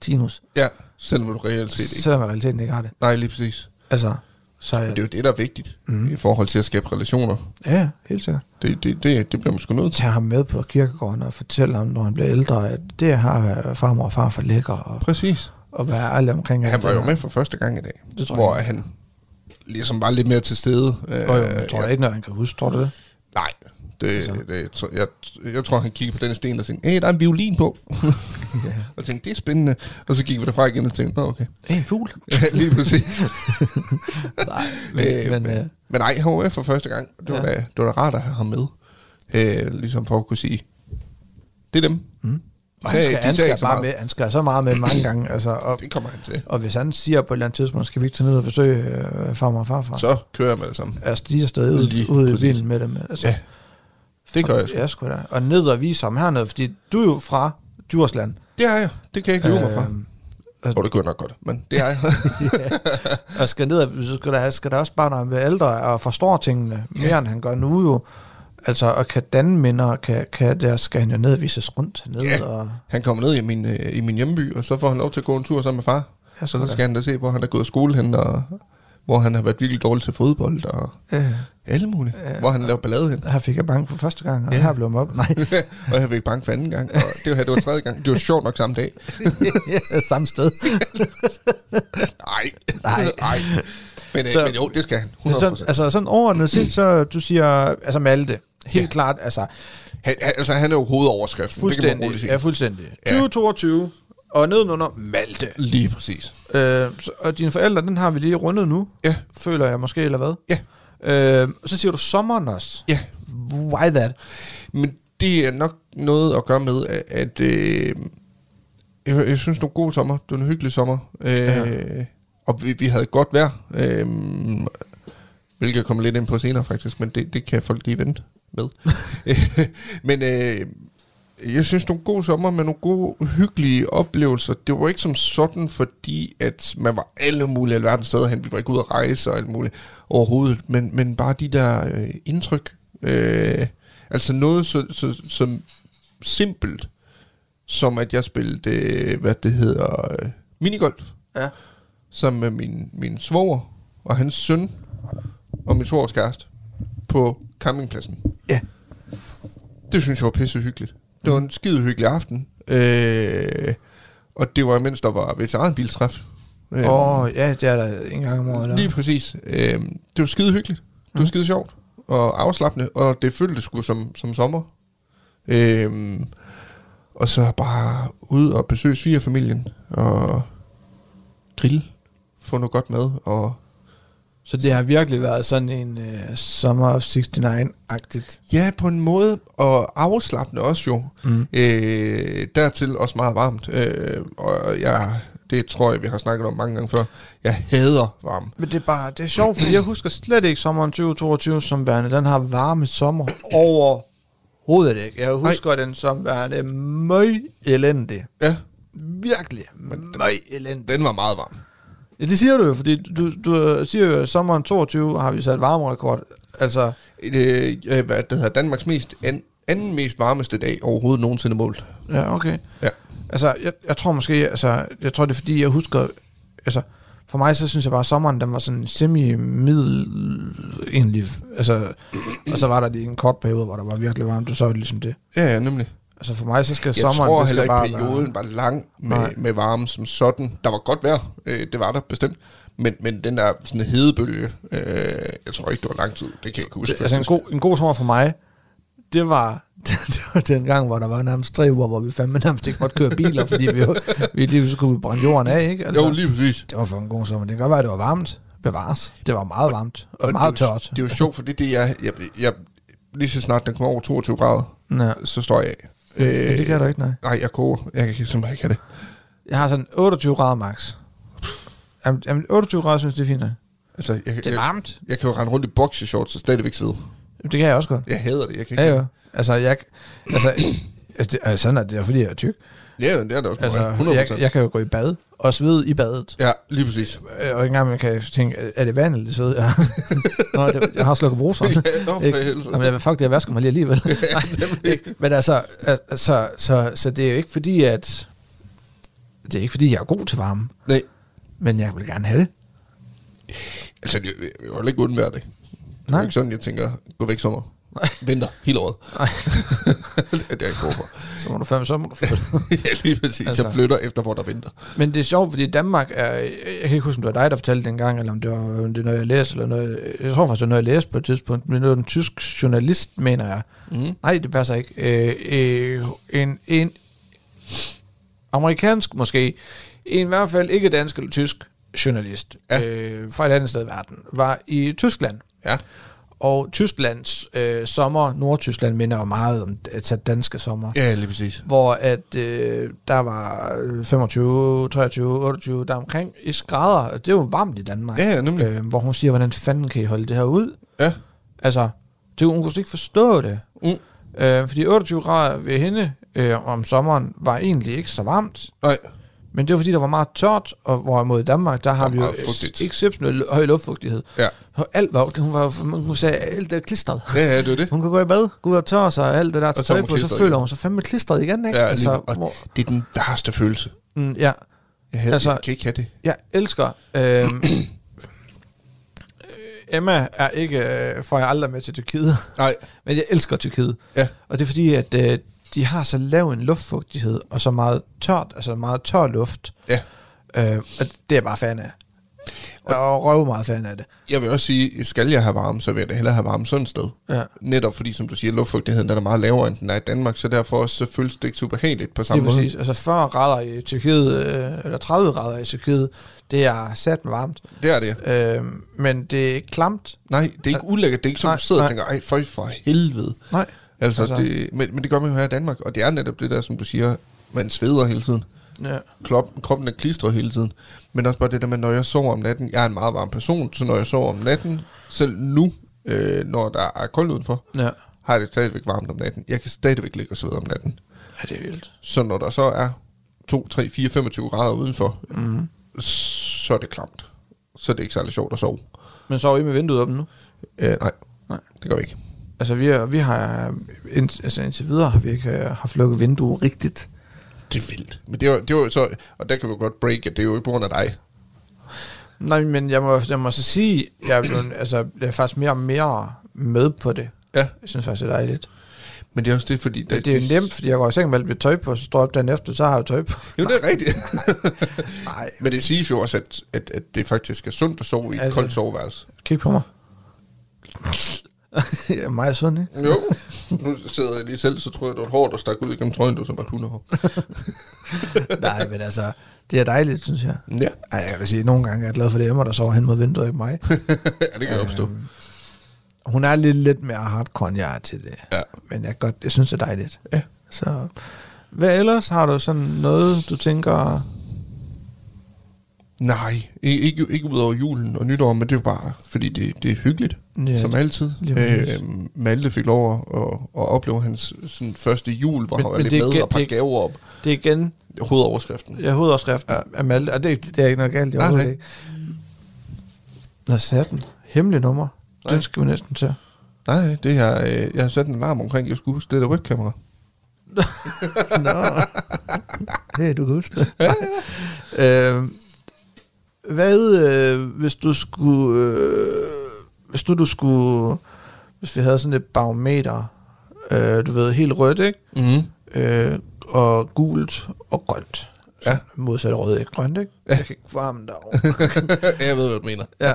D: Tinus,
E: Ja, selvom du reelt set ikke.
D: selvom jeg i realiteten ikke har det.
E: Nej, lige præcis.
D: Altså, så
E: Men
D: jeg,
E: det er jo det, der er vigtigt
D: Mhm.
E: mm. i forhold til at skabe relationer.
D: ja, helt sikkert.
E: Det, det, det, det bliver man sgu nødt til.
D: Tag ham med på kirkegården og fortæl ham, når han bliver ældre, at det har farmor og far for lækker, og,
E: Præcis.
D: og være ærlig omkring øh,
E: Han
D: alt
E: var
D: det
E: jo
D: der.
E: med for første gang i dag,
D: Det tror jeg
E: hvor
D: ikke.
E: han ligesom var lidt mere til stede. Øh,
D: Og jo, jeg tror jeg ikke, når han kan huske, tror du det?
E: Nej, det, det, tror- jeg, jeg tror, han kiggede på den sten og tænkte, hey, der er en violin
D: *laughs*
E: på. og tænkte, det er spændende. Og så gik vi derfra igen og tænkte, nå okay. *laughs*
D: En fugl.
E: Ja, lige præcis.
D: Nej, men,
E: men,
D: men,
E: men,
D: øh,
E: øh, men nej, han var med for første gang. Det var,
D: Ja.
E: ja. da, det var da rart at have ham med. Øh, ligesom for at kunne sige, det er dem. Mm.
D: og han skal, han skal, bare med, han skal så meget med mange gange, altså, og,
E: Det kommer han til.
D: og hvis han siger på et eller andet tidspunkt, skal vi ikke tage ned og besøge øh, farmor og farfar, så
E: Så kører jeg med det samme.
D: altså, de er stadig ude,
E: Lige
D: ude i
E: præcis.
D: bilen med dem. Altså,
E: Ja, det gør jeg sgu.
D: Ja, sgu da. Og ned og vise ham hernede, fordi du er jo fra Djursland.
E: Det er jeg. Det kan jeg ikke lyve øh, mig fra.
D: Øhm,
E: Og det kunne jeg nok godt, men det er
D: *laughs*
E: jeg.
D: Og skal ned, og- så skal der, skal der også bare, når han bliver ældre, og forstår tingene mere, yeah. end han gør nu jo. Altså, og kan danne minder, og kan, kan, der skal han jo ned og vises rundt ned,
E: Ja.
D: og
E: han kommer ned i min, øh, i min hjemby, og så får han lov til at gå en tur sammen med far.
D: Ja,
E: Ja,
D: sgu
E: så, så
D: da.
E: skal han da se, hvor han er gået i skole hen, og hvor han har været virkelig dårlig til fodbold, og
D: øh,
E: alle mulige. Ja, hvor han laver ballade
D: *laughs*
E: hen.
D: her fik jeg bange for første gang, og
E: Ja.
D: yeah. her blev han
E: *laughs*
D: op. Nej, *laughs*
E: og jeg fik bange for anden gang, og det var, det var tredje gang. Det var sjovt nok samme dag.
D: samme sted.
E: *laughs* Nej.
D: Nej.
E: *laughs* Nej. Men, øh,
D: Så-
E: så, men jo, det skal han. 100%.
D: Men sådan, altså, sådan overordnet set, så du siger, altså Malte, helt
E: Ja.
D: klart, altså
E: han, han, altså, han er jo hovedoverskriften. Det kan man roligt
D: fuldstændig,
E: sige.
D: ja, fuldstændig.
E: Ja.
D: 2022, og nedenunder Malte.
E: Lige præcis.
D: Øh, så- og dine forældre, den har vi lige rundet nu,
E: Ja.
D: føler jeg måske, eller hvad?
E: Ja.
D: Øh, så siger du sommeren også.
E: Ja.
D: Why that?
E: Men det er nok noget at gøre med, at, at øh, jeg, jeg synes, det var en god sommer. Det var en hyggelig sommer. Øh, ja. Og vi, vi havde godt vejr, øh, hvilket jeg kommer lidt ind på senere faktisk, men det, det kan folk lige vente med. *laughs* men øh, jeg synes, det var en god sommer med nogle gode, hyggelige oplevelser. Det var ikke som sådan, fordi at man var alle mulige alverdens steder hen. Vi var ikke ude at rejse og alt muligt overhovedet. Men, men bare de der øh, indtryk. Øh, altså noget så, så, så simpelt, som at jeg spillede, øh, hvad det hedder, øh, minigolf.
D: Ja.
E: Sammen med min, min svoger og hans søn og min svogers kæreste på campingpladsen.
D: Ja. Mm.
E: Det synes jeg var pisse hyggeligt. Det var en skide hyggelig aften. Øh, og det var imens der var veteranbiltræf. Øh,
D: Åh, oh, ja, det er der en gang om året. Eller?
E: Lige præcis. Øh, det var skide hyggeligt. Det var skide sjovt og afslappende, og det føltes sgu som, som sommer. Øh, og så bare ud og besøge svigerfamilien og grille, få noget godt mad og
D: Så det har virkelig været sådan en uh, Summer of 69-agtigt.
E: Ja, på en måde, og afslappende også jo. Mm. Øh, dertil også meget varmt. Øh, og jeg, det tror jeg, vi har snakket om mange gange før. Jeg hader varme.
D: Men det er bare, det er sjovt, fordi jeg husker slet ikke sommeren 2022 som værende den her varme sommer overhovedet ikke. Jeg husker den som værende møg elendig.
E: Ja,
D: Virkelig møg elendig.
E: den var meget varm.
D: Ja, det siger du jo, fordi du, du siger jo, at sommeren 22 har vi sat varmerekord. Altså,
E: Øh, øh, hvad det hedder, Danmarks mest, an, anden mest varmeste dag overhovedet nogensinde målt.
D: ja, okay.
E: Ja.
D: Altså, jeg, jeg tror måske, altså, jeg tror det er fordi, jeg husker, altså, for mig så synes jeg bare, at sommeren, den var sådan semi-middel, egentlig, altså, og så var der lige en kort periode, hvor der var virkelig varmt, og så var det ligesom det.
E: Ja, ja, nemlig.
D: Altså for mig, så skal
E: Jeg
D: sommeren,
E: tror
D: det
E: heller
D: skal
E: ikke,
D: bare
E: perioden var lang
D: Nej.
E: med, med varme som sådan. Der var godt vejr, øh, det var der bestemt. Men, men den der sådan hedebølge, øh, jeg tror ikke, det var lang tid. Det kan jeg ikke huske.
D: være... Altså en god, en god sommer for mig, det var, *laughs* det var den gang, hvor der var nærmest tre uger, hvor vi fandme nærmest ikke måtte køre biler, fordi vi, jo- vi lige så kunne vi brænde jorden af, ikke? Altså,
E: Jo, lige præcis.
D: Det var for en god sommer. Det kan godt være, at det var varmt. Bevares. Det var meget varmt. Og, meget
E: det er jo-
D: tørt.
E: Det er jo sjovt, fordi det er, jeg, jeg, lige så snart den kommer over 22 grader,
D: Ja.
E: så står jeg af. Øh,
D: Men det gør du ikke, nej.
E: Nej, jeg koger. Jeg kan simpelthen ikke have det.
D: Jeg har sådan 28 grader max. Jamen, jamen 28 grader synes jeg, det er fint. nok.
E: Altså, jeg,
D: Det er
E: jeg,
D: varmt.
E: jeg kan jo rende rundt i boxershorts og stadigvæk svede.
D: Det kan jeg også godt.
E: Jeg hader det. Jeg kan ikke.
D: Ja, ja. Altså, jeg... Altså, altså, det- altså, sådan er det, det er, fordi jeg er tyk.
E: ja men det er det også.
D: Altså,
E: Altså, 100%.
D: jeg, jeg kan jo gå i bad og svede i badet.
E: Ja, lige
D: *laughs*
E: præcis.
D: Øh, Og en gang man kan tænke, er det vand eller det sved? Ja. *laughs* Nå, det, jeg har slukket *laughs* bruseren.
E: Ja, nå, for
D: Ikke?
E: helvede.
D: Jamen, jeg, fuck det, jeg vasker mig lige *laughs* alligevel. Nej, ikke? Men altså, altså så, så, så det er jo ikke fordi, at... Det er ikke fordi, jeg er god til varme,
E: Nej,
D: men jeg vil gerne have det.
E: altså, det, jeg vil heller ikke undvære det. Det er
D: Nej.
E: jo ikke sådan, jeg tænker, gå væk sommer. Nej. Vinter, hele året.
D: Nej.
E: *laughs* det er jeg ikke god
D: *laughs*
E: for.
D: Så må du fem, så må du fem.
E: ja, lige præcis. Altså.
D: Altså.
E: Jeg flytter efter, hvor der er vinter.
D: Men det er sjovt, fordi Danmark er... Jeg kan ikke huske, om det var dig, der fortalte den gang, eller om det var om det er noget, jeg læste, eller noget... Jeg tror faktisk, det var noget, jeg læste på et tidspunkt, men det var en tysk journalist, mener jeg. Mm. Nej, det passer ikke. Øh, øh, en, en amerikansk måske, en i hvert fald ikke dansk eller tysk journalist,
E: Ja.
D: ja. øh, fra et andet sted i verden, var i Tyskland.
E: Ja.
D: Og Tysklands øh, sommer, Nordtyskland, minder jo meget om altså danske sommer
E: Ja, lige præcis.
D: hvor at øh, der var øh, 25, 23, 28, der omkring i grader, og det var varmt i Danmark.
E: Ja, ja, nemlig.
D: Øh, hvor hun siger, hvordan fanden kan I holde det her ud?
E: Ja.
D: Altså, det, hun kunne slet ikke forstå det.
E: Mm.
D: Øh, fordi 28 grader ved hende øh, om sommeren var egentlig ikke så varmt.
E: Nej.
D: Men det var fordi, der var meget tørt, og hvorimod i Danmark, der har
E: Og
D: vi jo
E: meget fugtigt.
D: exceptionel høj luftfugtighed.
E: Ja.
D: Og alt var, hun, var, hun sagde, alt er klistret.
E: Ja, ja, det er det.
D: Hun kan gå i bad, gå ud og tørre sig og alt det der
E: så er
D: til tøj
E: hun
D: på, så
E: klistret
D: føler
E: igen.
D: hun sig fandme klistret igen, ikke?
E: Ja, altså,
D: altså,
E: og
D: hvor,
E: det er den værste følelse.
D: mm, ja.
E: Jeg, havde, altså,
D: Altså-
E: jeg kan ikke have det.
D: Jeg elsker... Øh, *clears throat* Emma er ikke, øh, får jeg aldrig med til *laughs* Tyrkiet,
E: Nej,
D: men jeg elsker Tyrkiet.
E: Ja.
D: Og det er fordi, at øh, de har så lav en luftfugtighed, og så meget tørt, altså meget tør luft.
E: ja.
D: Øh, og det er jeg bare fan af. Og røv meget fan af det.
E: Jeg vil også sige, skal jeg have varme, så vil jeg da hellere have varme sådan et sted.
D: Ja.
E: Netop fordi, som du siger, luftfugtigheden den er meget lavere, end den er i Danmark, så derfor også, så føles det ikke så ubehageligt på
D: Det
E: samme
D: er
E: måde.
D: præcis. Altså 40 grader i Tyrkiet, øh, eller 30 grader i Tyrkiet, det er sat med varmt.
E: Det er det.
D: Øh, men det er ikke klamt.
E: Nej, det er ikke ulækkert. Det er ikke sådan,
D: Nej,
E: du sidder og
D: nej.
E: tænker, ej, for, for helvede.
D: Nej.
E: Altså, altså.
D: Altså-
E: Det, men, men det gør man jo her i Danmark, og det er netop det der, som du siger, man sveder hele tiden.
D: Ja.
E: Krop, kroppen er klistret hele tiden. Men også bare det der med, når jeg sover om natten, jeg er en meget varm person, så når jeg sover om natten, selv nu, øh, når der er koldt udenfor,
D: Ja.
E: har jeg det stadigvæk varmt om natten. Jeg kan stadigvæk ligge og svede om natten.
D: ja, det er vildt.
E: Så når der så er 2, 3, 4, 25 grader udenfor,
D: Mhm.
E: mm. så er det klamt. Så er det ikke særlig sjovt at sove.
D: Men sover I med vinduet åbent nu?
E: Øh, nej. nej,
D: Nej.
E: det gør vi ikke.
D: Altså, vi, er, vi har, ind, altså indtil videre har vi ikke øh, haft lukket vinduer rigtigt.
E: Det er vildt. Men det var, det var jo så, og der kan vi jo godt break, at det er jo ikke på grund af dig.
D: Nej, men jeg må, jeg må så sige, jeg er, blevet, altså, jeg er faktisk mere og mere med på det.
E: Ja.
D: Jeg synes faktisk, det er dejligt.
E: Men det er også det, fordi...
D: Det, det er jo nemt, fordi jeg går i seng med alt mit tøj på, så står jeg op dagen efter, så har jeg tøj på.
E: Jo, det er rigtigt.
D: *laughs* Nej,
E: Men det siges jo også, at, at, at det faktisk er sundt at sove i et
D: Altså-
E: koldt soveværelse.
D: kig på mig. *laughs* jeg er meget sund, ikke?
E: Jo. Nu sidder jeg lige selv, så tror jeg, det var et hår, der stak ud igennem trøjen, du så bare kunne hår.
D: Nej, men altså, det er dejligt, synes jeg.
E: Ja. *laughs*
D: Ej, jeg vil sige, at nogle gange er jeg glad for det er Emma, der sover hen mod vinduet, ikke mig.
E: ja, det kan jeg opstå.
D: Hun er lidt, lidt mere hardcore, end jeg er til det.
E: Ja.
D: Men jeg, godt, jeg synes, det er dejligt.
E: Ja.
D: Så, hvad ellers? Har du sådan noget, du tænker...
E: Nej, i- ikke, ikke ud over julen og nytår, men det er jo bare, fordi det, det er hyggeligt, ja,
D: Ja,
E: som
D: det-
E: altid.
D: lige
E: Øh,
D: præcis.
E: Malte fik lov at, at, at opleve hans sådan, første jul, hvor
D: Men-
E: han var
D: men
E: lidt
D: det er
E: med
D: ikke-
E: og pakke
D: det er-
E: gaver op.
D: Det er igen,
E: Hovedoverskriften.
D: jeg hovedoverskriften
E: Ja.
D: ja. af Malte, og det, det er ikke noget galt, jeg
E: Nej,
D: overhovedet
E: nej.
D: ikke. Nå, satten. Hemmelig nummer.
E: Nej.
D: Den skal vi næsten til.
E: Nej, det her, øh, jeg har sat en alarm omkring, jeg skulle huske det der webkamera.
D: Nå. Hey, du kan huske det. øh, hvad, øh, hvis du skulle... Øh, hvis du, du skulle... Hvis vi havde sådan et barometer, øh, du ved, helt rødt, ikke?
E: Mm.
D: øh, og gult og grønt. Så
E: Ja.
D: Modsat rød ikke grønt, ikke? Ja. Jeg kan ikke varme derovre.
E: *laughs* jeg ved, hvad du mener.
D: ja.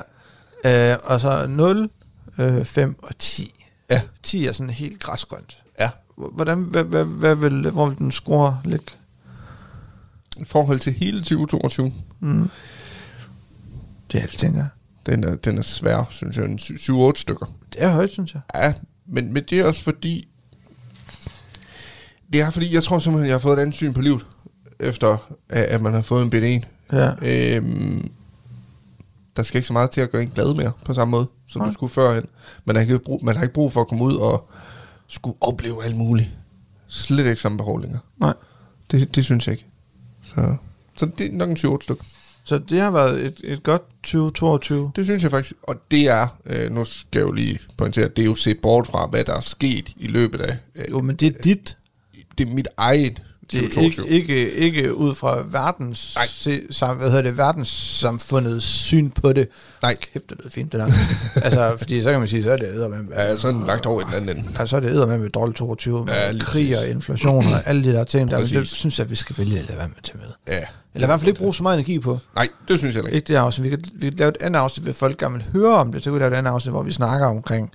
D: Øh, og så 0, øh, 5 og 10.
E: Ja,
D: 10 er sådan helt græsgrønt.
E: ja.
D: H- Hvordan, hvad, hvad, hvad vil, hvor vil den score ligge?
E: I forhold til hele 2022,
D: Det er alt, tænker jeg.
E: den er, den er svær, synes jeg. En 7-8 stykker.
D: Det er højt, synes jeg.
E: Ja, men, men det er også fordi... Det er fordi, jeg tror simpelthen, jeg har fået et andet syn på livet, efter at, at man har fået en ben 1.
D: Ja.
E: Øhm, der skal ikke så meget til at gøre en glad mere, på samme måde, som du skulle førhen. Man har, ikke brug, man har ikke brug for at komme ud og skulle opleve alt muligt. Slet ikke samme behov
D: Nej.
E: Det, det synes jeg ikke. Så, så det er nok en 7-8 stykke.
D: Så det har været et, et godt 2022.
E: Det synes jeg faktisk. Og det er, øh, nu skal jeg jo lige pointere, det er jo set bort fra, hvad der er sket i løbet af... Øh,
D: Jo, men det er dit.
E: det er mit eget
D: Det er
E: 2022.
D: ikke, ikke, ikke ud fra verdens,
E: Nej.
D: se, sam, hvad hedder det, verdenssamfundets syn på det.
E: Nej.
D: Kæft, det lyder fint, det der. altså, fordi så kan man sige, så er det eddermame.
E: Ja, sådan lagt over i den anden ende.
D: Ja, så er det eddermame med dårlig 22, med
E: Ja,
D: ja,
E: lige
D: krig og
E: præcis.
D: inflation og alle de der ting, der, men det
E: Præcis.
D: synes jeg, vi skal vælge at lade være med til med.
E: Ja.
D: Eller i hvert fald ikke bruge så meget energi på.
E: Nej, det synes jeg heller ikke.
D: Ikke det afsnit. Vi kan, vi kan lave et andet afsnit, hvis folk gerne vil høre om det. Så kan vi lave et andet afsnit, hvor vi snakker omkring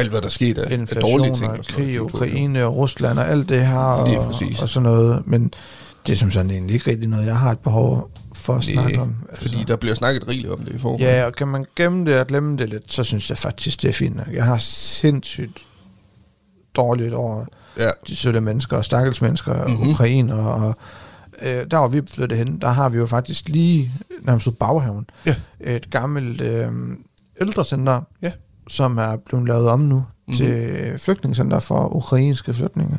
E: Alt hvad der skete af, af
D: inflation
E: dårlige ting.
D: og
E: sådan
D: krig,
E: noget i 2022.
D: Ukraine og Rusland og alt det her
E: Lige
D: og,
E: præcis.
D: og sådan noget. Men det er som sådan egentlig ikke rigtig noget, jeg har et behov for at snakke om. altså-
E: Næh, fordi der bliver snakket rigeligt om det i forhold.
D: Ja, og kan man gemme det og glemme det lidt, så synes jeg faktisk, det er fint nok. Jeg har sindssygt dårligt over
E: ja.
D: de søde mennesker og stakkels mennesker og
E: Mhm.
D: mm-hmm. Ukraine og, og øh, der hvor vi flyttede hen, der har vi jo faktisk lige nærmest ud baghaven
E: Ja.
D: et gammelt øh, ældrecenter,
E: Ja. Mhm.
D: som er blevet lavet om nu mm-hmm. til flygtningscenter for ukrainske flygtninge.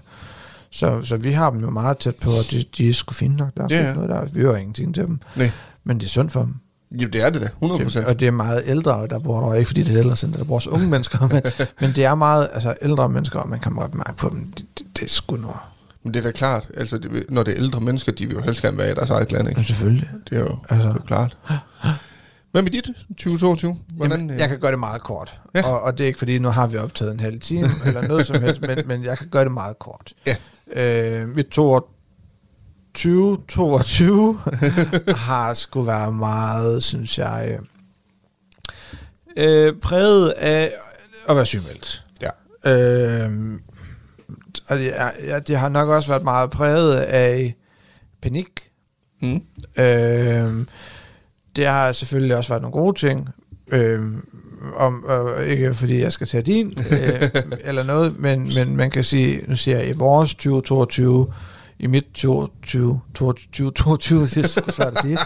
D: Så, så vi har dem jo meget tæt på, og de, de er sgu fine nok. Der er
E: Ja,
D: ja,
E: ja.
D: ja. noget der. Vi hører ingenting til dem.
E: Nej.
D: Men det er synd for dem.
E: Jamen, det er det da, 100
D: Det,
E: procent.
D: og det er meget ældre, der bor der, ikke fordi det er et ældrecenter, der bor også unge mennesker, men,
E: *laughs*
D: men det er meget altså, ældre mennesker, og man kan godt mærke på dem, det, det, det er sgu noget.
E: Men det er da klart, altså, det, vil- når det er ældre mennesker, de vil jo helst gerne være i deres eget land, ikke?
D: Men selvfølgelig.
E: Det er jo, altså.
D: Altså.
E: det er jo klart. Hvad med dit 2022? Hvordan,
D: Jamen,
E: øh,
D: jeg kan gøre det meget kort.
E: Ja.
D: Ja. Og, og det er ikke fordi, nu har vi optaget en halv
E: *laughs*
D: time eller noget som helst, men, men jeg kan gøre det meget kort.
E: Ja.
D: Øh, mit 2022
E: *laughs*
D: 22 har sgu været meget, synes jeg, øh, præget af at være sygemeldt.
E: Ja.
D: Øh, og det, er, ja, det har nok også været meget præget af panik.
E: Mm.
D: Øh, det har selvfølgelig også været nogle gode ting. Øh, om, øh, ikke fordi jeg skal tage din øh, eller noget, men, men man kan sige, nu siger jeg i vores 2022, i mit 2022, 2022, *laughs* det er sgu svært at sige,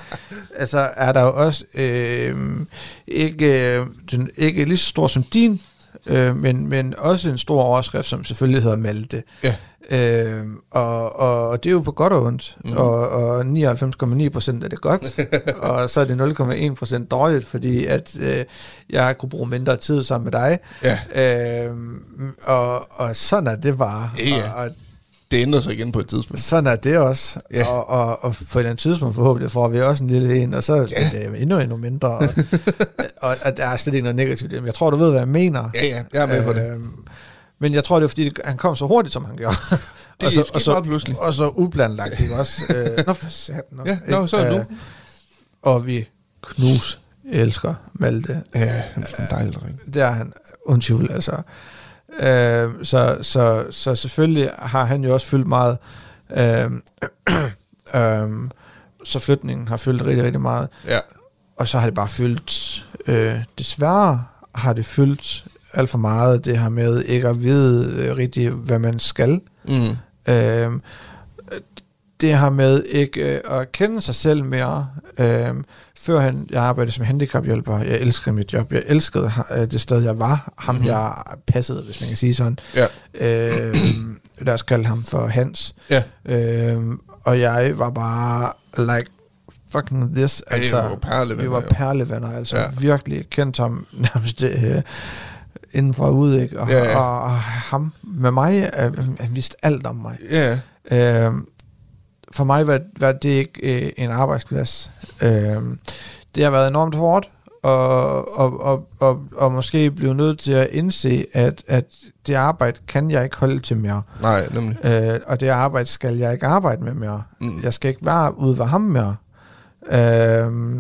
D: altså er der jo også øh, ikke, øh, den, ikke lige så stor som din, øh, men, men også en stor overskrift, som selvfølgelig hedder Malte.
E: Ja.
D: Øh, og, og, og det er jo på godt og ondt,
E: Mhm.
D: mm. og, og 99,9% er
E: *laughs*
D: det godt, og så er det 0,1% dårligt, fordi at øh, jeg kunne bruge mindre tid sammen med dig.
E: Ja.
D: Øh, og, og sådan er det bare.
E: Ja, ja.
D: Og, og
E: Det ændrer sig igen på et tidspunkt.
D: sådan er det også.
E: Ja.
D: Ja. Og, og, og på et eller andet tidspunkt forhåbentlig får vi også en lille en, og så ja.
E: Ja.
D: er det endnu, endnu
E: *laughs*
D: mindre. Og, og, og der er slet ikke noget negativt i det, men jeg tror, du ved, hvad jeg mener.
E: Ja, ja, jeg er med øh, på det.
D: Øhm, Men jeg tror, det er fordi, det, han kom så hurtigt, som han gjorde.
E: *laughs* Det skete
D: og så,
E: meget pludselig.
D: Og så uplanlagt, ikke også?
E: *laughs*
D: Øh, nå, for satan.
E: Ja, nå, så er det nu.
D: Og vi knus elsker Malte.
E: Ja, han er sådan en dejlig dreng.
D: Det er han, uden tvivl, altså. Øh, så, så, så selvfølgelig har han jo også fyldt meget. Øh, *clears throat* øh, så flytningen har fyldt rigtig, rigtig meget.
E: Ja.
D: Og så har det bare fyldt, øh, desværre har det fyldt alt for meget, det her med ikke at vide øh, rigtigt, hvad man skal.
E: Mm.
D: Øh, det her med ikke øh, at kende sig selv mere. Øh, førhen, jeg arbejdede som handicaphjælper, jeg elskede mit job, jeg elskede øh, det sted, jeg var, ham mm-hmm. jeg passede, hvis man kan sige sådan.
E: Mhm. Ja.
D: Øh, lad os kalde ham for Hans.
E: Ja.
D: Øh, og jeg var bare like, fucking this. altså.
E: Ja, I Altså, var perlevenner,
D: Vi var
E: jo.
D: perlevenner, altså
E: Ja.
D: ja. virkelig kendt ham *laughs* nærmest øh, inden fra ud, ikke? Og,
E: Ja, ja.
D: Og, og, ham med mig, øh, han vidste alt om mig.
E: Ja.
D: Øh, for mig var, var det ikke øh, en arbejdsplads. Øh, det har Øhm, været enormt hårdt, og, og, og, og, og måske blev nødt til at indse, at, at det arbejde kan jeg ikke holde til mere.
E: Nej, nemlig.
D: Øh, og det arbejde skal jeg ikke arbejde med mere.
E: Mm.
D: Mm. Jeg skal ikke være ude ved ham mere. Øh,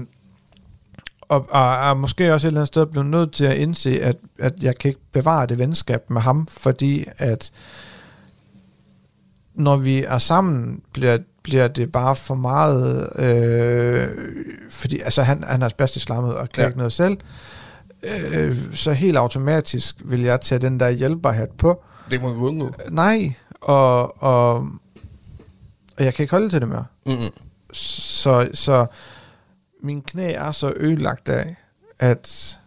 D: og, og er måske også et eller andet sted blevet nødt til at indse, at, at jeg kan ikke bevare det venskab med ham, fordi at når vi er sammen, bliver, bliver det bare for meget, øh, fordi altså, han, han er spastislammet og kan
E: Ja.
D: ja. ikke noget selv, øh, så helt automatisk vil jeg tage den der hjælperhat på,
E: Det må vi undgå.
D: nej, og, og, og jeg kan ikke holde til det mere.
E: Mm-mm.
D: Så, så min knæ er så ødelagt af, at,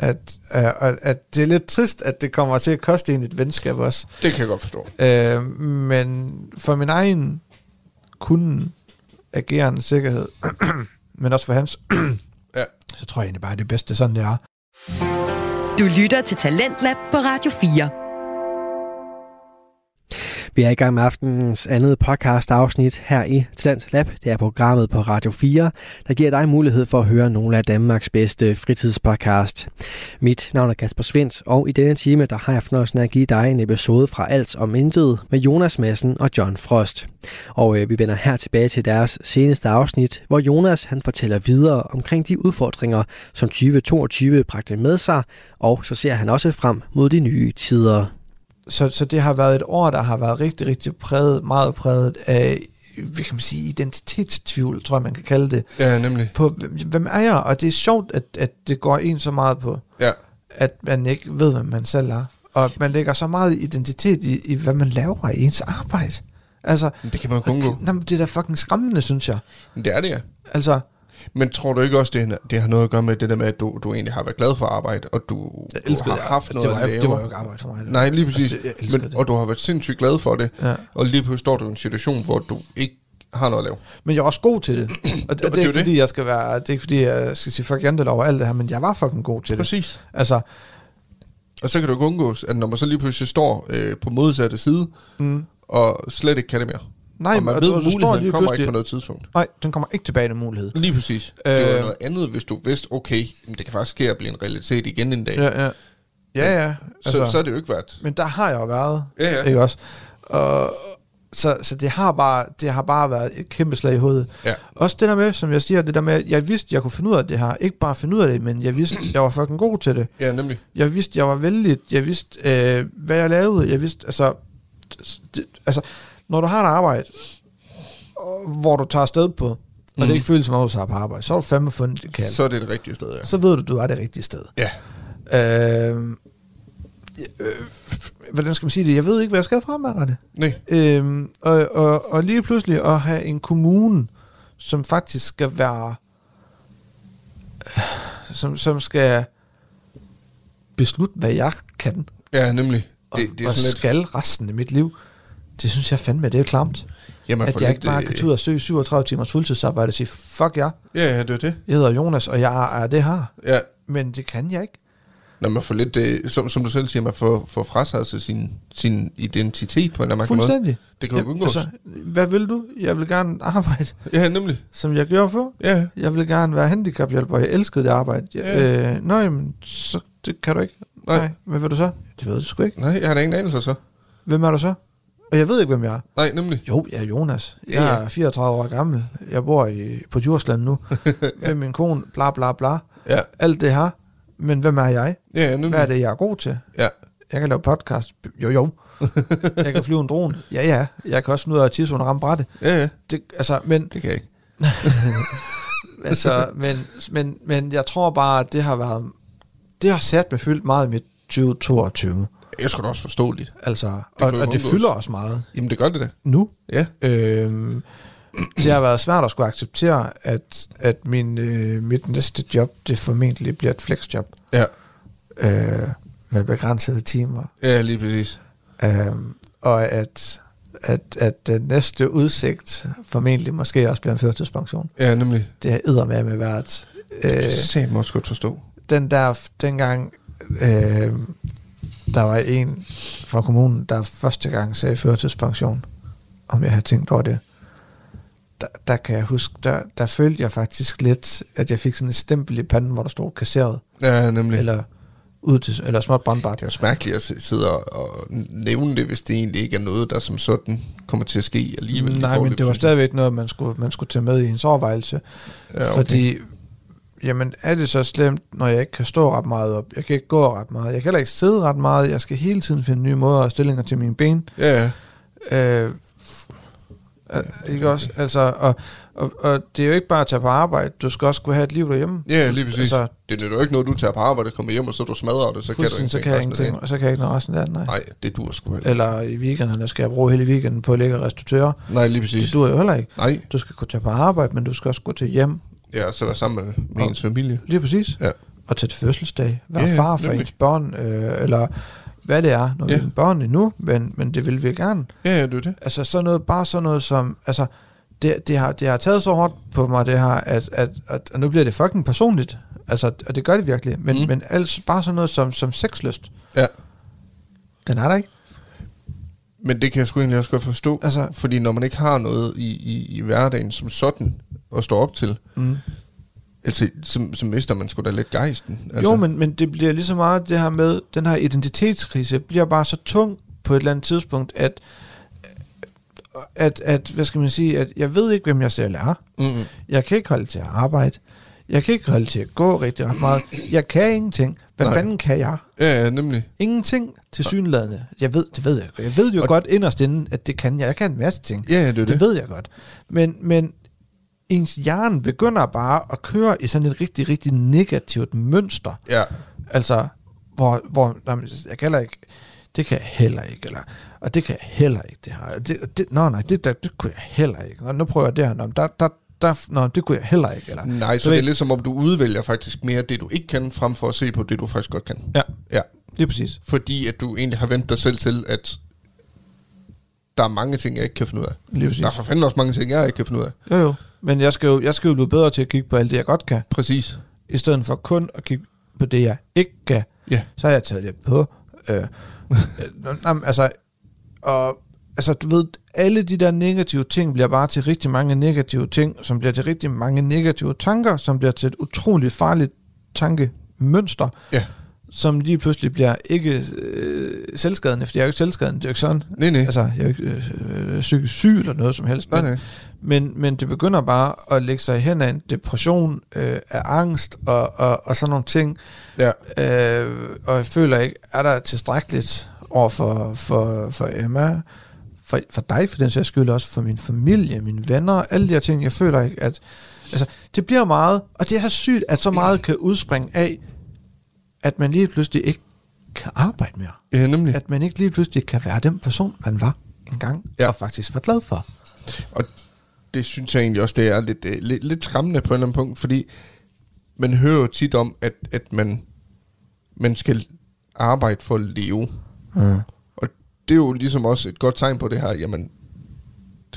D: at, at, at det er lidt trist, at det kommer til at koste en et venskab også.
E: Det kan jeg godt forstå.
D: Øh, men for min egen kunde agerende sikkerhed, *clears throat* men også for hans, *clears throat*
E: Ja.
D: så tror jeg egentlig bare, at det bedste sådan det er.
B: Du lytter til Talentlab på Radio 4.
C: Vi er i gang med aftenens andet podcast afsnit her i Talent Lab. Det er programmet på Radio 4, der giver dig mulighed for at høre nogle af Danmarks bedste fritidspodcast. Mit navn er Kasper Svendt, og i denne time der har jeg fornøjelsen af at give dig en episode fra Alt om Intet med Jonas Madsen og John Frost. Og øh, vi vender her tilbage til deres seneste afsnit, hvor Jonas han fortæller videre omkring de udfordringer, som 2022 bragte med sig, og så ser han også frem mod de nye tider.
D: så, så det har været et år, der har været rigtig, rigtig præget, meget præget af, hvad kan man sige, identitetstvivl, tror jeg, man kan kalde det,
E: Ja, nemlig.
D: på, hvem- hvem er jeg? Og det er sjovt, at, at det går en så meget på,
E: Ja.
D: at man ikke ved, hvem man selv er. Og at man lægger så meget identitet i, i hvad man laver i ens arbejde. Altså,
E: Men Det kan man jo kun undgå.
D: okay, jamen, det er da fucking skræmmende, synes jeg.
E: Men det er det, ja.
D: Altså,
E: Men tror du ikke også, det, har- det har noget at gøre med det der med, at du, du egentlig har været glad for arbejde, og du,
D: jeg
E: du
D: elskede
E: har haft
D: det.
E: noget
D: det, var,
E: at
D: jo-
E: lave?
D: det var jo ikke arbejde for mig.
E: Nej, lige præcis.
D: Altså, jeg
E: Altså,
D: elsker
E: men,
D: det.
E: og du har været sindssygt glad for det,
D: Ja.
E: og lige pludselig står du i en situation, hvor du ikke har noget at lave.
D: Men jeg er også god til
E: *clears throat*
D: det. Og det,
E: det
D: og
E: er
D: det er
E: jo
D: ikke
E: det.
D: fordi, jeg skal være, det er ikke fordi, jeg skal sige fuck jantelov og alt det her, men jeg var fucking god til det.
E: Præcis.
D: Altså,
E: Og så kan du ikke undgås, at når man så lige pludselig står øh, på modsatte side,
D: mm,
E: og slet ikke kan det mere.
D: nej,
E: og man
D: og
E: ved,
D: du-
E: at
D: du står
E: muligheden
D: lige
E: kommer ikke
D: pludselig-
E: på noget tidspunkt.
D: Nej, den kommer ikke tilbage, den mulighed.
E: Lige præcis. Øh, det var
D: Øh.
E: noget andet, hvis du vidste, okay, jamen, det kan faktisk ske at blive en realitet igen en dag. Ja,
D: Ja, ja. Ja, ja.
E: altså. så, så er det jo ikke værd.
D: Men der har jeg jo været,
E: Ja, ja.
D: ikke også? Og, så så det, har bare, det har bare været et kæmpe slag i hovedet.
E: Ja.
D: Også det der med, som jeg siger, det der med, at jeg vidste, jeg kunne finde ud af det her. Ikke bare finde ud af det, men
E: *clears throat*
D: jeg vidste, jeg var fucking god til det.
E: Ja, nemlig.
D: Jeg vidste, jeg var vældig. Jeg vidste, øh, hvad jeg lavede. Jeg vidste, altså... Det, altså, når du har et arbejde, og- hvor du tager afsted på, og mm. det ikke føles som om, du tager på arbejde, så har du fandme fundet det kald.
E: Så er det det rigtige sted, ja.
D: Så ved du, du er det rigtige sted.
E: Ja,
D: Øh, øh, hvordan skal man sige det? Jeg ved ikke, hvad jeg skal fremadrettet.
E: nej.
D: Øh, og, og, og lige pludselig at have en kommune, som faktisk skal være... øh, Som, som skal beslutte, hvad jeg kan
E: Ja, nemlig.
D: og,
E: Det, det er
D: og
E: sådan lidt,
D: skal resten af mit liv. Det synes jeg fandme, det er klamt.
E: jamen, øh,
D: At jeg ikke bare kan tage ud og søge 37 timers fuldtidsarbejde og sige, fuck jer,
E: Ja, ja, det er det.
D: jeg hedder Jonas, og jeg er det her.
E: Ja,
D: Men det kan jeg ikke.
E: når man får lidt, øh, som, som du selv siger, man får, får fra sig altså sin, sin identitet på en eller anden måde.
D: Fuldstændig.
E: Det kan jo
D: Jamen, altså-
E: undgås.
D: hvad vil du? Jeg vil gerne *laughs* arbejde,
E: Ja, nemlig.
D: som jeg gjorde før.
E: Ja, ja.
D: Jeg vil gerne være handicaphjælper. Jeg elskede det arbejde. Jeg,
E: Ja.
D: øh, nej, men så det kan du ikke.
E: Nej.
D: Nej. nej. Men hvad du så? Det ved du sgu ikke.
E: nej, jeg har da ingen anelse så.
D: Hvem er du så? Og jeg ved ikke, hvem jeg er.
E: Nej, nemlig.
D: Jo, jeg er Jonas. Jeg
E: Ja, ja.
D: er 34 år gammel. Jeg bor i, på
E: *laughs*
D: Djursland nu. Med min kone. Bla, bla, bla.
E: Ja,
D: Alt det her. Men hvem er jeg?
E: ja, ja nemlig.
D: Hvad er det, jeg er god til?
E: Mhm. Ja,
D: Jeg kan lave podcast.
E: *laughs*
D: Jo, jo. jeg kan flyve en drone. Ja, ja. Jeg kan også finde ud af at tisse under rambrættet.
E: ja, ja.
D: Det, altså, men
E: Det kan jeg ikke. *laughs*
D: altså, men, men, men jeg tror bare, at det har været, det har sat mig fyldt meget i mit 2022.
E: Jeg skulle da også forståeligt.
D: Altså, og,
E: kan jo
D: og det
E: undgås.
D: fylder også meget
E: Jamen, det gør det da.
D: nu.
E: Ja,
D: Øhm, det har været svært at skulle acceptere, at, at min, øh, mit næste job, det formentlig bliver et flexjob
E: ja.
D: øh, med begrænsede timer.
E: Ja, lige præcis.
D: Øh, og at, at, at den næste udsigt formentlig måske også bliver en førtidspension.
E: Ja, nemlig.
D: Det har eddermame med været...
E: Det
D: Øh,
E: kan jeg satme også godt forstå.
D: den der, dengang, øh, der var en fra kommunen, der første gang sagde førtidspension, om jeg havde tænkt over det. der, der kan jeg huske, der, der følte jeg faktisk lidt, at jeg fik sådan et stempel i panden, hvor der stod kasseret,
E: Ja, nemlig.
D: eller ud til, eller småt brandbart.
E: Det er også mærkeligt at si- sidde og, og nævne det, hvis det egentlig ikke er noget, der som sådan kommer til at ske alligevel. i
D: Nej, men
E: forløbet,
D: det var
E: synes jeg.
D: stadigvæk noget, man skulle, man skulle tage med i ens overvejelse.
E: Ja, okay.
D: Fordi, jamen er det så slemt, når jeg ikke kan stå ret meget op? Jeg kan ikke gå ret meget. Jeg kan heller ikke sidde ret meget. Jeg skal hele tiden finde nye måder og stillinger til mine ben.
E: Ja, ja.
D: Øh, ja, ikke også? Altså, og, og, og, det er jo ikke bare at tage på arbejde. Du skal også kunne have et liv derhjemme.
E: ja, lige præcis.
D: Altså-
E: Altså, det er jo ikke noget, du tager på arbejde, kommer hjem, og så du smadrer det, så kan du
D: Fuldstændig, så kan jeg
E: resten af
D: ingenting, og så kan jeg ikke noget resten af dagen, nej.
E: dagen. Nej, det dur sgu heller.
D: Eller i weekenderne skal jeg bruge hele weekenden på at ligge og restituere.
E: Nej, lige
D: Det
E: præcis.
D: duer jo heller ikke.
E: Nej,
D: Du skal kunne tage på arbejde, men du skal også gå til hjem.
E: ja, så være sammen med, med
D: Og-
E: ens familie.
D: Lige præcis.
E: Ja.
D: Og tage til fødselsdag. Være
E: Ja, ja,
D: far for
E: nemlig.
D: ens børn. Øh, eller hvad det er. når vi
E: Ja.
D: er børn endnu, men, men det vil vi gerne.
E: Ja, ja, det er det.
D: Altså sådan noget, bare sådan noget som... Altså, det, det, har, det har taget så hårdt på mig, det her, at, at, at, at nu bliver det fucking personligt. Altså, og det gør det virkelig. Men,
E: Mm.
D: mm. men altså, bare sådan noget som, som sexlyst.
E: Ja.
D: Den er der ikke.
E: Men det kan jeg sgu egentlig også godt forstå.
D: Altså-
E: Altså, fordi når man ikke har noget i, i, i hverdagen som sådan at stå op til,
D: Mm.
E: altså, så, så mister man sgu da lidt gejsten. Altså,
D: Altså. Jo, men, men det bliver lige så meget det her med, den her identitetskrise bliver bare så tung på et eller andet tidspunkt, at, at, at hvad skal man sige, at jeg ved ikke, hvem jeg selv er.
E: Mm,
D: Jeg kan ikke holde til at arbejde. Jeg kan ikke holde til at gå rigtig ret meget. Jeg kan ingenting. Hvad
E: Nej.
D: fanden kan jeg?
E: ja, ja, nemlig.
D: Ingenting til synlædende. Jeg ved, det ved jeg. Jeg ved jo
E: Og-
D: godt inderst inden, at det kan jeg. Jeg kan en masse ting.
E: Ja, ja, det er det.
D: Det ved jeg godt. Men, men ens hjerne begynder bare at køre i sådan et rigtig, rigtig negativt mønster.
E: Ja,
D: Altså, hvor, hvor nej, men jeg kan heller ikke, det kan jeg heller ikke, eller, og det kan jeg heller ikke, det her. Og Det, det, nå nej, det, der, det kunne jeg heller ikke. Nå, nu prøver jeg det her, nå, men der, der, der, nå, det kunne jeg heller ikke, eller.
E: nej, så
D: ved-
E: det er lidt som om, du udvælger faktisk mere det, du ikke kan, frem for at se på det, du faktisk godt kan.
D: Ja,
E: Ja,
D: lige præcis.
E: fordi at du egentlig har vendt dig selv til, at der er mange ting, jeg ikke kan finde ud af.
D: Lige præcis.
E: Der er for fanden også mange ting, jeg ikke kan finde ud af.
D: Jo jo, men jeg skal jo, jeg skal jo blive bedre til at kigge på alt det, jeg godt kan,
E: Præcis.
D: i stedet for kun at kigge på det, jeg ikke kan.
E: Ja.
D: Så har jeg taget lidt på. Øh, øh, nå, nå, men altså, og, altså, du ved, alle de der negative ting bliver bare til rigtig mange negative ting, som bliver til rigtig mange negative tanker, som bliver til et utroligt farligt tankemønster,
E: Ja.
D: som lige pludselig bliver ikke øh, selvskadende, for jeg er jo ikke selvskadende, det er jo ikke sådan.
E: Nej, nej.
D: Altså, jeg er jo ikke øh, øh, psykisk syg eller noget som helst.
E: nej,
D: men-
E: nej.
D: men, men det begynder bare at lægge sig hen af en depression, øh, af angst og, og, og sådan nogle ting.
E: Ja.
D: Øh, og jeg føler ikke, er der tilstrækkeligt over for, for, for Emma, for, for dig for den sags skyld, også for min familie, mine venner, alle de her ting. Jeg føler ikke, at... Altså, det bliver meget, og det er så sygt, at så meget kan udspringe af, at man lige pludselig ikke kan arbejde mere.
E: Ja, nemlig.
D: At man ikke lige pludselig kan være den person, man var engang, ja.
E: Ja.
D: og faktisk var glad for.
E: Og det synes jeg egentlig også, det er lidt, øh, lidt, lidt skræmmende på en eller anden punkt, fordi man hører jo tit om, at, at man, man skal arbejde for at leve.
D: Mm.
E: Og det er jo ligesom også et godt tegn på det her, jamen,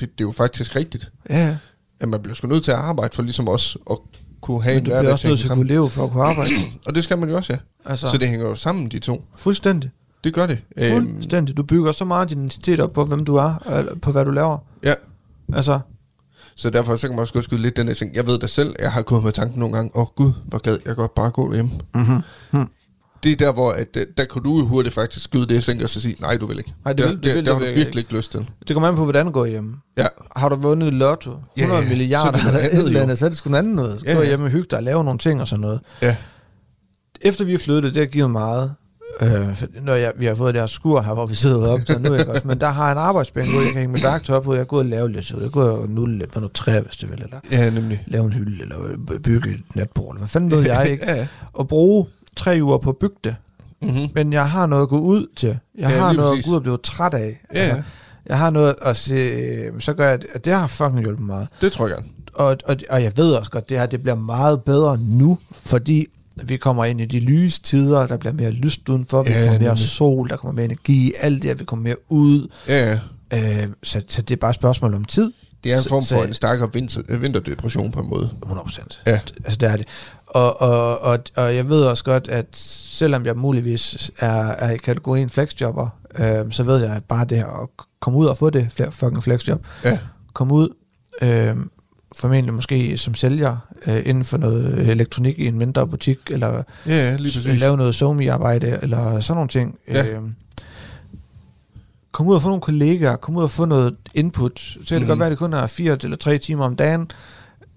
E: det, det er jo faktisk rigtigt,
D: Ja, ja.
E: at man bliver sgu nødt til at arbejde for ligesom også at kunne have
D: Men du bliver
E: hverdag
D: også
E: til at
D: nødt
E: hænge
D: til at
E: sammen.
D: kunne leve for at kunne arbejde.
E: *clears throat* Og det skal man jo også, ja.
D: Altså,
E: Så, så det hænger jo sammen, de to.
D: fuldstændig.
E: Det gør det. Øhm,
D: Fuldstændig. Du bygger så meget din identitet op på, hvem du er, og på hvad du laver.
E: ja.
D: Altså,
E: Så derfor så kan man også godt skyde lidt den der ting. Jeg ved da selv, jeg har gået med tanken nogle gange, åh oh, gud, hvor gad jeg godt bare gå hjem.
D: mm-hmm.
E: Det er der, hvor at, øh, der kunne du jo hurtigt faktisk skyde det i sænk og så sige, nej, du vil ikke.
D: Nej, det
E: Ja,
D: vil- det
E: det,
D: vil
E: det, har
D: jeg
E: du
D: virkelig
E: virkelig ikke lyst til.
D: det kommer an på, hvordan du går hjem.
E: Ja,
D: Har du vundet lotto? 100
E: Ja,
D: yeah,
E: ja.
D: milliarder
E: Så er det noget
D: eller et
E: andet,
D: eller
E: jo.
D: andet, så er det sgu en anden noget. Så
E: Ja,
D: yeah, gå
E: ja.
D: hjem og hygge dig og lave nogle ting og sådan noget.
E: ja,
D: Efter vi er flyttet, det har givet meget. Øh, for når jeg, vi har fået det her skur her, hvor vi sidder op til nu, ikke også? Men der har jeg en arbejdsbænk, hvor jeg kan hænge mit værktøj på. Jeg er gået og lave lidt, så jeg er gået og nulle lidt på noget træ, hvis det vil, eller
E: ja nemlig.
D: lave en hylde, eller bygge et natbord, eller hvad fanden ved jeg, ikke?
E: Ja, ja.
D: at bruge tre uger på at bygge det,
E: Mm-hmm.
D: men jeg har noget at gå ud til. Jeg
E: Ja,
D: har
E: lige
D: noget
E: præcis.
D: at gå ud og blive træt af. Altså,
E: Ja, ja.
D: jeg har noget at se, øh, så gør jeg, det, og det har fucking hjulpet meget.
E: Det tror jeg gerne.
D: Og, og, og jeg ved også godt, det her det bliver meget bedre nu, fordi vi kommer ind i de lyse tider, der bliver mere lyst udenfor, vi
E: Ja,
D: får mere
E: nemlig.
D: sol, der kommer mere energi, alt det her, vi kommer mere ud.
E: Ja, ja.
D: Øh, så, så det er bare et spørgsmål om tid.
E: Det er en
D: Så-
E: form for
D: så-
E: en stærkere vinter, øh, vinterdepression på en måde.
D: 100 procent.
E: Ja.
D: Altså, det er det. Og, og, og, og jeg ved også godt, at selvom jeg muligvis er, er i kategorien flexjobber, øhm, øh, så ved jeg at bare det her at komme ud og få det fle- fucking flexjob.
E: Ja,
D: Komme ud, øh, formentlig måske som sælger øh, inden for noget elektronik i en mindre butik, eller
E: Ja, ja, lige præcis.
D: lave noget somi-arbejde, eller sådan nogle ting.
E: Ja.
D: Øhm, kom ud og få nogle kollegaer, kom ud og få noget input. Så kan det
E: Mhm.
D: godt være, at det kun er fire eller tre timer om dagen,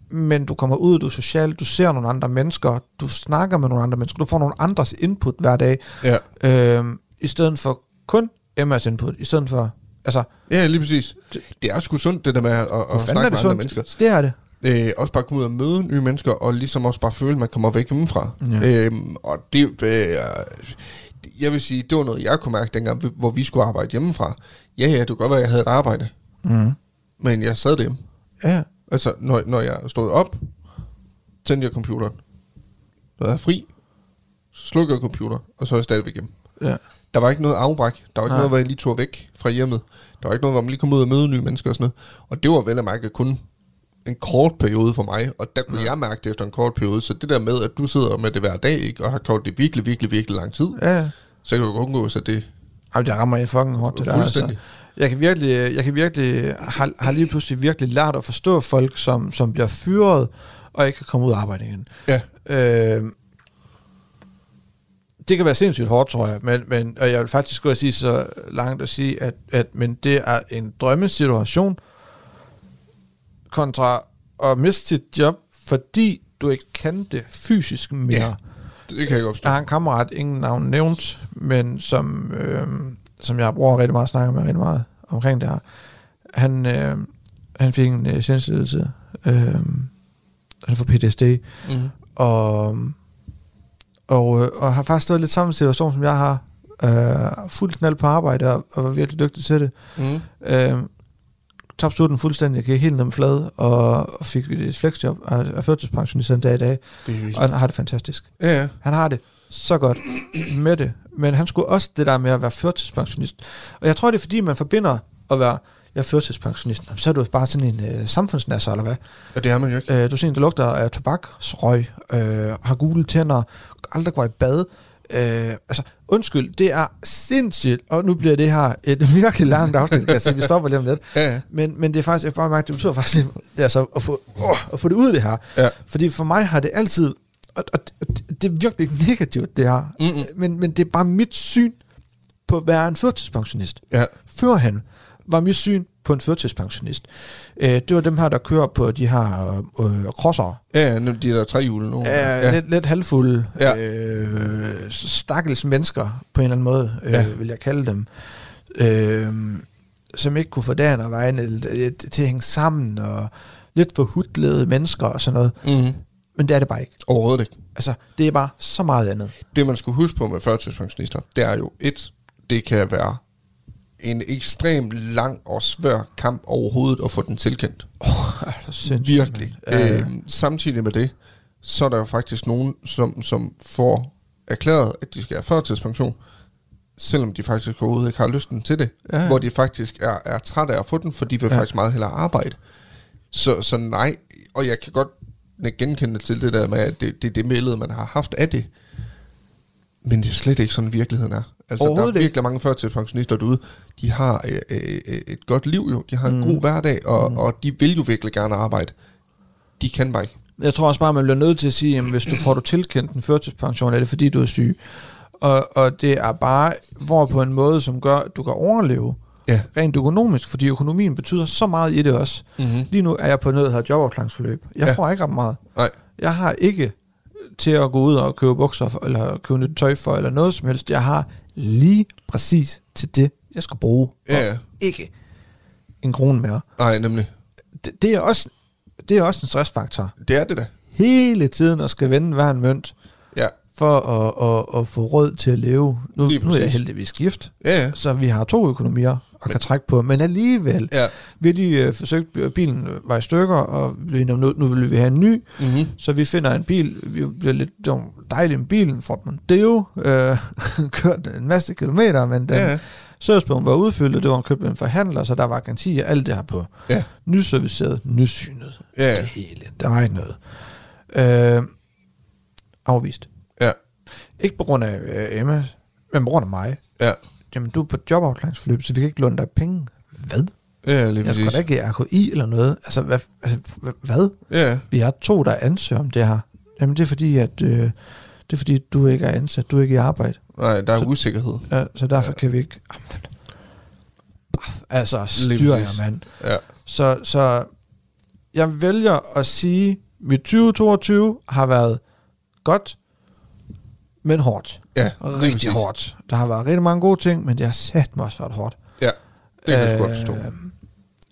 D: men du kommer ud, du er social, du ser nogle andre mennesker, du snakker med nogle andre mennesker, du får nogle andres input hver dag,
E: Ja.
D: øhm, i stedet for kun Emmas input, i stedet for, altså,
E: ja, lige præcis. Det er sgu sundt, det der med at, at, at snakke med andre mennesker.
D: Det er det.
E: Øh, også bare komme ud og møde nye mennesker, og ligesom også bare føle, at man kommer væk hjemmefra.
D: Ja.
E: Øhm, og det, øh, jeg vil sige, det var noget, jeg kunne mærke dengang, hvor vi skulle arbejde hjemmefra. Ja, ja, det kunne godt være, at jeg havde et arbejde,
D: Mm.
E: men jeg sad derhjemme.
D: Ja,
E: Altså, når, når jeg stod op, tændte jeg computeren. Når jeg havde fri, så slukkede jeg computeren, og så er jeg stadigvæk hjemme.
D: ja.
E: Der var ikke noget afbræk. Der var ikke
D: Nej.
E: noget, hvor jeg lige tog væk fra hjemmet. Der var ikke noget, hvor man lige kom ud og møde nye mennesker og sådan noget. Og det var vel at mærke kun en kort periode for mig, og der kunne jeg mærke det efter en kort periode. Så det der med, at du sidder med det hver dag, ikke, og har gjort det virkelig, virkelig, virkelig lang tid, ja.
D: ja.
E: så kan du godt undgå, så det
D: Jamen, det rammer en fucking hårdt, det der. altså.
E: Fuldstændig.
D: Jeg kan virkelig, jeg kan virkelig har, har lige pludselig virkelig lært at forstå folk, som, som bliver fyret, og ikke kan komme ud af arbejde igen.
E: ja,
D: Øh, det kan være sindssygt hårdt, tror jeg, men, men og jeg vil faktisk gå og sige så langt at sige, at, at men det er en drømmesituation kontra at miste sit job, fordi du ikke kan det fysisk mere.
E: Ja. det kan jeg godt forstå.
D: Jeg har en kammerat, ingen navn nævnt, men som, øh, som jeg bruger rigtig meget, snakker med rigtig meget omkring det her. Han, øh, han fik en øh, sindslidelse. Øh, han får PTSD. Mm-hmm.
E: Mm.
D: Og, og, øh, og har faktisk stået lidt samme situation, som jeg har. Øh, fuldt knald på arbejde, og, og var virkelig dygtig til det.
E: Mm.
D: Øh, tabte den fuldstændig, gik helt ned med flade, og, og fik et fleksjob, og er førtidspensionist den dag i dag,
E: Det er
D: og han har det fantastisk.
E: Ja, ja.
D: Han har det så godt med det. Men han skulle også det der med at være førtidspensionist. Og jeg tror, det er fordi, man forbinder at være jeg er førtidspensionist. Jamen, Så er du bare sådan en øh, samfundsnasser, eller hvad?
E: Og det er man jo ikke.
D: Øh, du er sådan en, der lugter af tobaksrøg, øh, har gule tænder, aldrig går i bad. Øh, altså, undskyld, det er sindssygt. Og nu bliver det her et *laughs* virkelig langt afsnit, kan jeg sige. Vi stopper lige om lidt.
E: Ja, ja.
D: Men, men det er faktisk, jeg kan bare mærke, det betyder faktisk, det er altså at få, åh, at få det ud af det her.
E: Ja.
D: Fordi for mig har det altid, og, og, og det- det er virkelig ikke negativt det her,
E: Mm-mm.
D: men, men det er bare mit syn på at være en førtidspensionist.
E: Ja.
D: Før han var mit syn på en førtidspensionist. Øh, det var dem her, der kører på de her øh, crossere.
E: Ja, ja, nu de der tre hjul nu.
D: Ja, ja. Lidt, lidt halvfulde,
E: Ja.
D: ja. øh, stakkels mennesker, på en eller anden måde, øh,
E: Ja.
D: ja. vil jeg kalde dem, øh, som ikke kunne få dagen og vejen eller, øh, til at hænge sammen, og lidt forhudlede mennesker og sådan noget.
E: Mm.
D: Men det er det bare ikke.
E: Overhovedet ikke.
D: Altså, det er bare så meget andet.
E: det man skulle huske på med førtidspensionister, det er jo et, det kan være en ekstrem lang og svær kamp overhovedet at få den tilkendt.
D: Altså, sindssygt.
E: Virkelig.
D: Ja, ja.
E: Øhm, samtidig med det, så er der jo faktisk nogen, som, som får erklæret, at de skal have førtidspension, selvom de faktisk overhovedet ikke har lysten til det.
D: Ja, ja.
E: Hvor de faktisk er, er trætte af at få den, for de vil ja.
D: Ja.
E: faktisk meget hellere arbejde. Så, så nej, og jeg kan godt nikke genkende til det der med, at det, det er det billede, man har haft af det. Men det er slet ikke sådan, virkeligheden er. Altså, der er
D: Overhovedet
E: virkelig
D: ikke.
E: mange førtidspensionister derude. De har øh, øh, øh, et godt liv jo. De har en mm. god hverdag, og, mm. og de vil jo virkelig gerne arbejde. De kan bare ikke.
D: Jeg tror også bare, man bliver nødt til at sige, at hvis du får du tilkendt en førtidspension, er det fordi, du er syg. Og, og det er bare, hvor på en måde, som gør, at du kan overleve.
E: Ja.
D: rent økonomisk, fordi økonomien betyder så meget i det også.
E: Mm-hmm.
D: Lige nu er jeg på noget, der hedder jobafklaringsforløb. Jeg
E: Ja.
D: ja. får ikke ret meget.
E: Nej.
D: Jeg har ikke til at gå ud og købe bukser for, eller købe nyt tøj for, eller noget som helst. Jeg har lige præcis til det, jeg skal bruge.
E: Ja,
D: Og
E: ja.
D: ikke en krone mere.
E: Nej, nemlig.
D: Det, det, er også, det er også en stressfaktor.
E: Det er det da.
D: Hele tiden at skal vende hver en mønt
E: Ja.
D: for at, at, at få råd til at leve. Nu,
E: Lige
D: nu er jeg
E: præcis.
D: heldigvis gift,
E: Ja, ja.
D: så vi har to økonomier og kan trække på. Men alligevel,
E: Ja.
D: vi har lige øh, forsøgt, bilen var i stykker, og blev enige om, nu, nu vil vi have en ny,
E: Mm-hmm.
D: så vi finder en bil, vi bliver lidt det var dejlig med bilen, Ford Mondeo, øh, *laughs* kørt en masse kilometer, men den
E: Ja,
D: ja.
E: ja.
D: servicepunkt var udfyldt, og det var købt af en forhandler, så der var garanti og alt det her på.
E: Ja.
D: Nyserviceret, nysynet,
E: Ja,
D: det
E: ja.
D: hele, der var ikke noget. Øh, afvist.
E: Ja.
D: Ikke på grund af øh, Emma, men på grund af mig.
E: Ja.
D: Jamen, du er på jobafklaringsforløb, så vi kan ikke låne dig penge. Hvad?
E: Ja, lige
D: Jeg skal
E: præcis.
D: da ikke i RKI eller noget. Altså, hvad? Altså, hva- hvad?
E: Ja,
D: Vi har to, der ansøger om det her. Jamen, det er fordi, at... Øh, det er fordi, du ikke er ansat, du er ikke i arbejde.
E: nej, der er
D: Så-
E: usikkerhed.
D: Ja, så derfor ja. kan vi ikke... Jamen, Paf, Altså, styr
E: præcis.
D: jer, mand.
E: Ja.
D: Så, så jeg vælger at sige, at mit 2022 har været godt, men hårdt.
E: Ja, lige
D: Rigtig
E: præcis.
D: hårdt. Der har været rigtig mange gode ting, men det har sat mig også været hårdt.
E: Ja, det kan jeg sgu godt forstå.
D: Øh,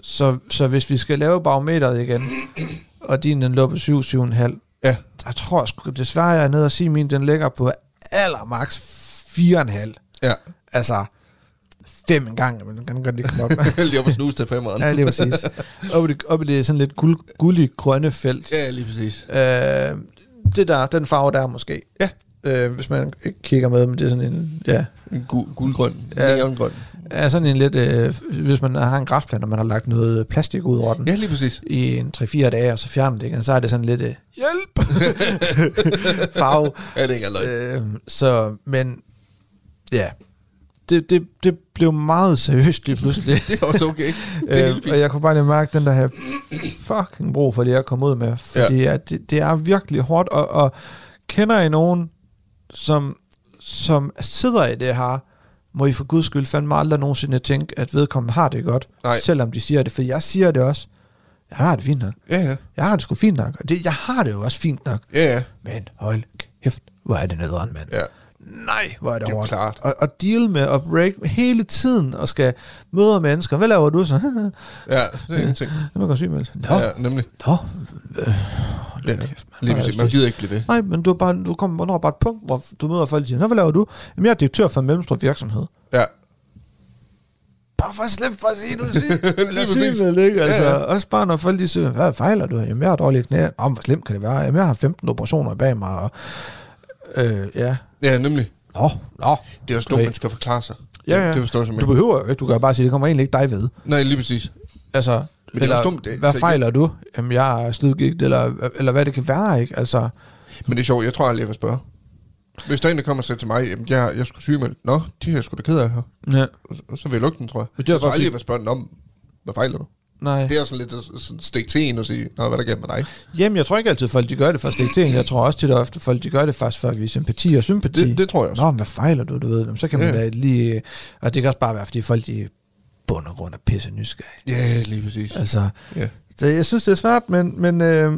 D: Så, så hvis vi skal lave barometeret igen, og din den lå på 7, 7,5,
E: Ja,
D: der tror jeg sgu, desværre jeg er nede og sige, at min den ligger på allermaks 4,5.
E: ja.
D: Altså, fem en gang, men den kan godt ikke komme op.
E: Lige op og snuse til femmeren.
D: ja, lige præcis. Op i det, op i det sådan lidt guld, guldig grønne felt.
E: Ja, lige præcis.
D: Øh, det der, den farve der måske.
E: Ja.
D: Øh, hvis man ikke kigger med, men det er sådan en, ja,
E: En gu- guldgrøn.
D: Ja.
E: Ja. Neongrøn.
D: er sådan en lidt, øh, hvis man har en græsplæne, og man har lagt noget plastik ud over den,
E: Ja, lige præcis.
D: i en 3-4 dage, og så fjerner det igen, så er det sådan lidt øh, hjælp
E: *laughs*
D: farve.
E: Ja, det er ikke allerede.
D: Øh, så, men ja, det, det, det blev meget seriøst lige pludselig.
E: *laughs* Det
D: *laughs*
E: er også okay. Det er
D: øh,
E: helt fint.
D: og jeg kunne bare lige mærke den der her fucking brug for det, jeg kom ud med. Fordi ja. at det, det er virkelig hårdt, og, og kender I nogen, som, som sidder i det her, må I for guds skyld fandme aldrig nogensinde tænke, at vedkommende har det godt,
E: Nej.
D: selvom de siger det, for jeg siger det også. Jeg har det fint nok.
E: Ja, ja.
D: Jeg har det sgu fint nok, og det, jeg har det jo også fint nok.
E: Ja, ja.
D: Men hold kæft, hvor er det nederen, mand.
E: Ja.
D: Nej, hvor er det,
E: Det er
D: hårdt.
E: klart.
D: Og, og deal med og break hele tiden, og skal møde mennesker. Hvad laver du så? *laughs*
E: Ja, det er ingenting.
D: Nu kan syge melde. Nå,
E: Ja,
D: ja.
E: ja nemlig.
D: nå.
E: Ja, lige præcis. Man gider ikke blive ved.
D: Nej, men du, er bare, du kommer når bare et punkt, hvor du møder folk og siger, Nå, hvad laver du? Jamen, jeg er direktør for en mellemstor virksomhed.
E: Ja,
D: Bare for at slippe for at sige, du er syg. *laughs*
E: Lige præcis.
D: Sygemeldt, ikke? Altså,
E: Ja,
D: ja,
E: ja.
D: ja. Også bare når folk lige siger, hvad fejler du? Jamen, jeg har dårlige knæ. Om, hvor slemt kan det være? Jamen, jeg har 15 operationer bag mig. Og, øh, ja.
E: ja nemlig.
D: Nå, nå.
E: Det er også dumt, man skal forklare sig.
D: Ja, ja.
E: Det forstår jeg
D: Du
E: simpelthen.
D: behøver jo ikke, du kan jo bare sige, det kommer egentlig ikke dig ved.
E: Nej, lige præcis.
D: Altså,
E: Men det er
D: eller,
E: også dumt, det-
D: hvad
E: så-
D: fejler du? Jamen, jeg er slidgigt, eller, eller hvad det kan være, ikke? Altså,
E: Men det er sjovt, jeg tror aldrig, jeg vil spørge. Hvis der er en, der kommer og siger til mig, jamen, jeg, jeg skulle sygemelde. Nå, det er jeg sgu da ked af her.
D: ja.
E: Og så- Og så vil jeg lukke den, tror jeg.
D: Men det er
E: jeg tror
D: bare
E: aldrig,
D: fordi-
E: jeg vil spørge den om, hvad fejler du?
D: nej.
E: Det er også sådan lidt at s- sådan stikke til en og sige, nå, hvad er der galt med dig?
D: Jamen, jeg tror ikke altid, folk de gør det for at stikke til en. Jeg tror også tit og ofte, folk de gør det faktisk for at vise empati og sympati.
E: Det, det tror jeg også.
D: Nå, men hvad fejler du, du ved? Jamen, Så kan man
E: Ja.
D: ja. da lige... Og det kan også bare være, fordi folk de i bund og grund er pisse nysgerrige.
E: Ja, yeah, lige præcis.
D: Altså,
E: Ja.
D: så jeg synes, det er svært, men, men øh,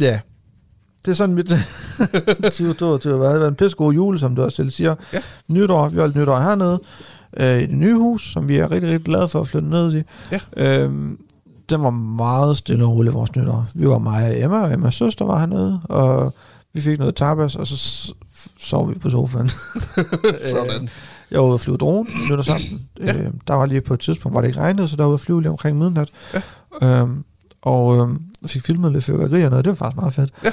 D: ja, det er
E: *laughs*
D: sådan mit 2022 har været. Det har været en pissegod jul, som du også selv siger.
E: Ja.
D: Nytår, vi har holdt nytår hernede, øh, i det nye hus, som vi er rigtig, rigtig glade for at flytte ned i.
E: Ja.
D: Øh, den var meget stille og rolig, vores nytår. Vi var mig og Emma, og Emmas søster var hernede, og vi fik noget tapas, og så s- sov vi på sofaen.
E: *laughs* sådan.
D: Jeg var ude at flyve drone
E: *clears throat*
D: nytårsaften. ja. øh, der var lige på et tidspunkt, hvor det ikke regnede, så der var ude at flyve lige omkring midnat. Ja. Øhm, og øhm, jeg fik filmet lidt fyrværkeri og noget, det var faktisk meget fedt.
E: Ja.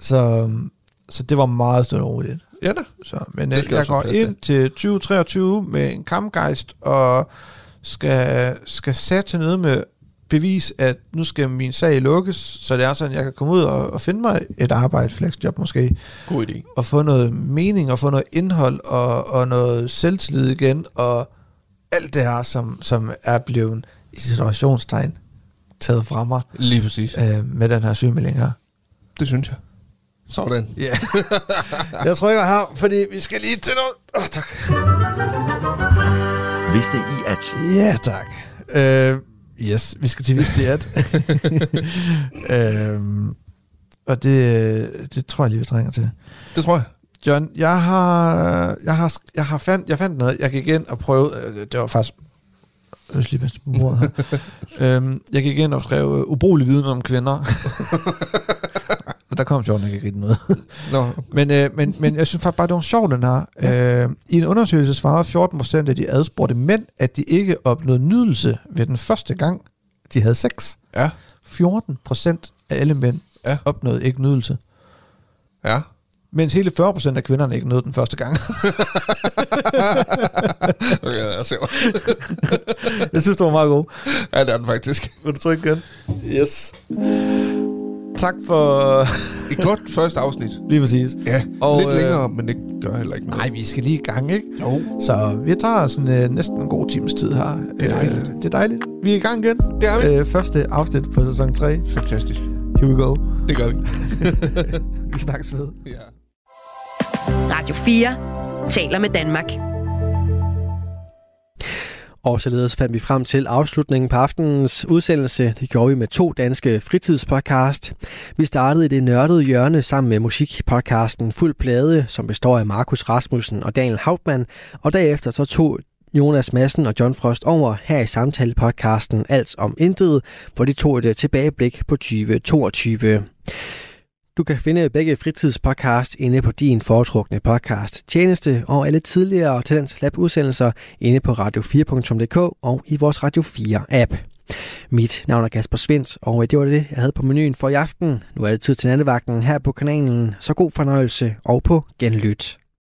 D: Så, øhm, så det var meget stille og roligt.
E: Ja da.
D: Så, men
E: Det
D: øh,
E: skal
D: jeg
E: også
D: går
E: være plads
D: ind til 2023 med en kampgejst og skal, skal sætte ned med bevis, at nu skal min sag lukkes, så det er sådan, at jeg kan komme ud og, og finde mig et arbejde, flexjob måske
E: God idé.
D: og få noget mening og få noget indhold og, og noget selvtillid igen og alt det her, som, som er blevet i situationstegn taget fra mig
E: Lige præcis.
D: øh, med den her sygemelding her.
E: Det synes jeg. Sådan.
D: Ja. Yeah. *laughs* jeg trykker her, fordi vi skal lige til noget. Åh, oh, tak.
A: Vidste I at...
D: Ja, tak. Øh, yes, vi skal til vist det *laughs* at. øh, og det, det tror jeg lige, vi trænger til.
E: Det tror jeg.
D: John, jeg har, jeg har, jeg har fandt, jeg fandt noget. Jeg gik ind og prøvede, øh, det var faktisk, jeg skal lige passe på bordet her. øhm, jeg gik ind og skrev øh, ubrugelig viden om kvinder. Men der kom sjovt nok ikke rigtig noget.
E: Nå.
D: Men, øh, men, men jeg synes faktisk bare, det var sjovt, den her. Øh, I en undersøgelse svarede 14 procent af de adspurgte mænd, at de ikke opnåede nydelse ved den første gang, de havde sex.
E: Ja.
D: 14 procent af alle mænd
E: Ja.
D: opnåede ikke nydelse.
E: Ja.
D: Mens hele 40% af kvinderne ikke nåede den første gang.
E: Okay, jeg ser.
D: jeg synes, det var meget godt.
E: Ja, det er den faktisk.
D: Vil du trykke igen? Yes. Tak for...
E: Et godt første afsnit.
D: Lige præcis.
E: Ja,
D: Og,
E: og, lidt
D: øh,
E: længere, men det gør heller ikke noget.
D: Nej, vi skal lige i gang, ikke?
E: jo.
D: Så vi tager sådan øh, næsten en god times tid her.
E: Det er dejligt.
D: Øh, det er dejligt. Vi er i gang igen.
E: Det har vi.
D: Øh, første afsnit på sæson 3.
E: Fantastisk.
D: Here we go.
E: Det gør vi.
D: Vi snakkes ved.
E: ja.
B: Radio 4 taler med Danmark.
C: Og således fandt vi frem til afslutningen på aftenens udsendelse. Det gjorde vi med to danske fritidspodcast. Vi startede i det nørdede hjørne sammen med musikpodcasten Fuld Plade, som består af Markus Rasmussen og Daniel Hauptmann. Og derefter så tog Jonas Madsen og John Frost over her i samtalepodcasten Alt om Intet, hvor de tog et øh, tilbageblik på 2022. Du kan finde begge fritidspodcasts inde på din foretrukne podcast tjeneste og alle tidligere Talents Lab udsendelser inde på radio4.dk og i vores Radio 4 app. Mit navn er Kasper Svendt, og det var det, jeg havde på menuen for i aften. Nu er det tid til nattevagten her på kanalen, så god fornøjelse og på genlyt.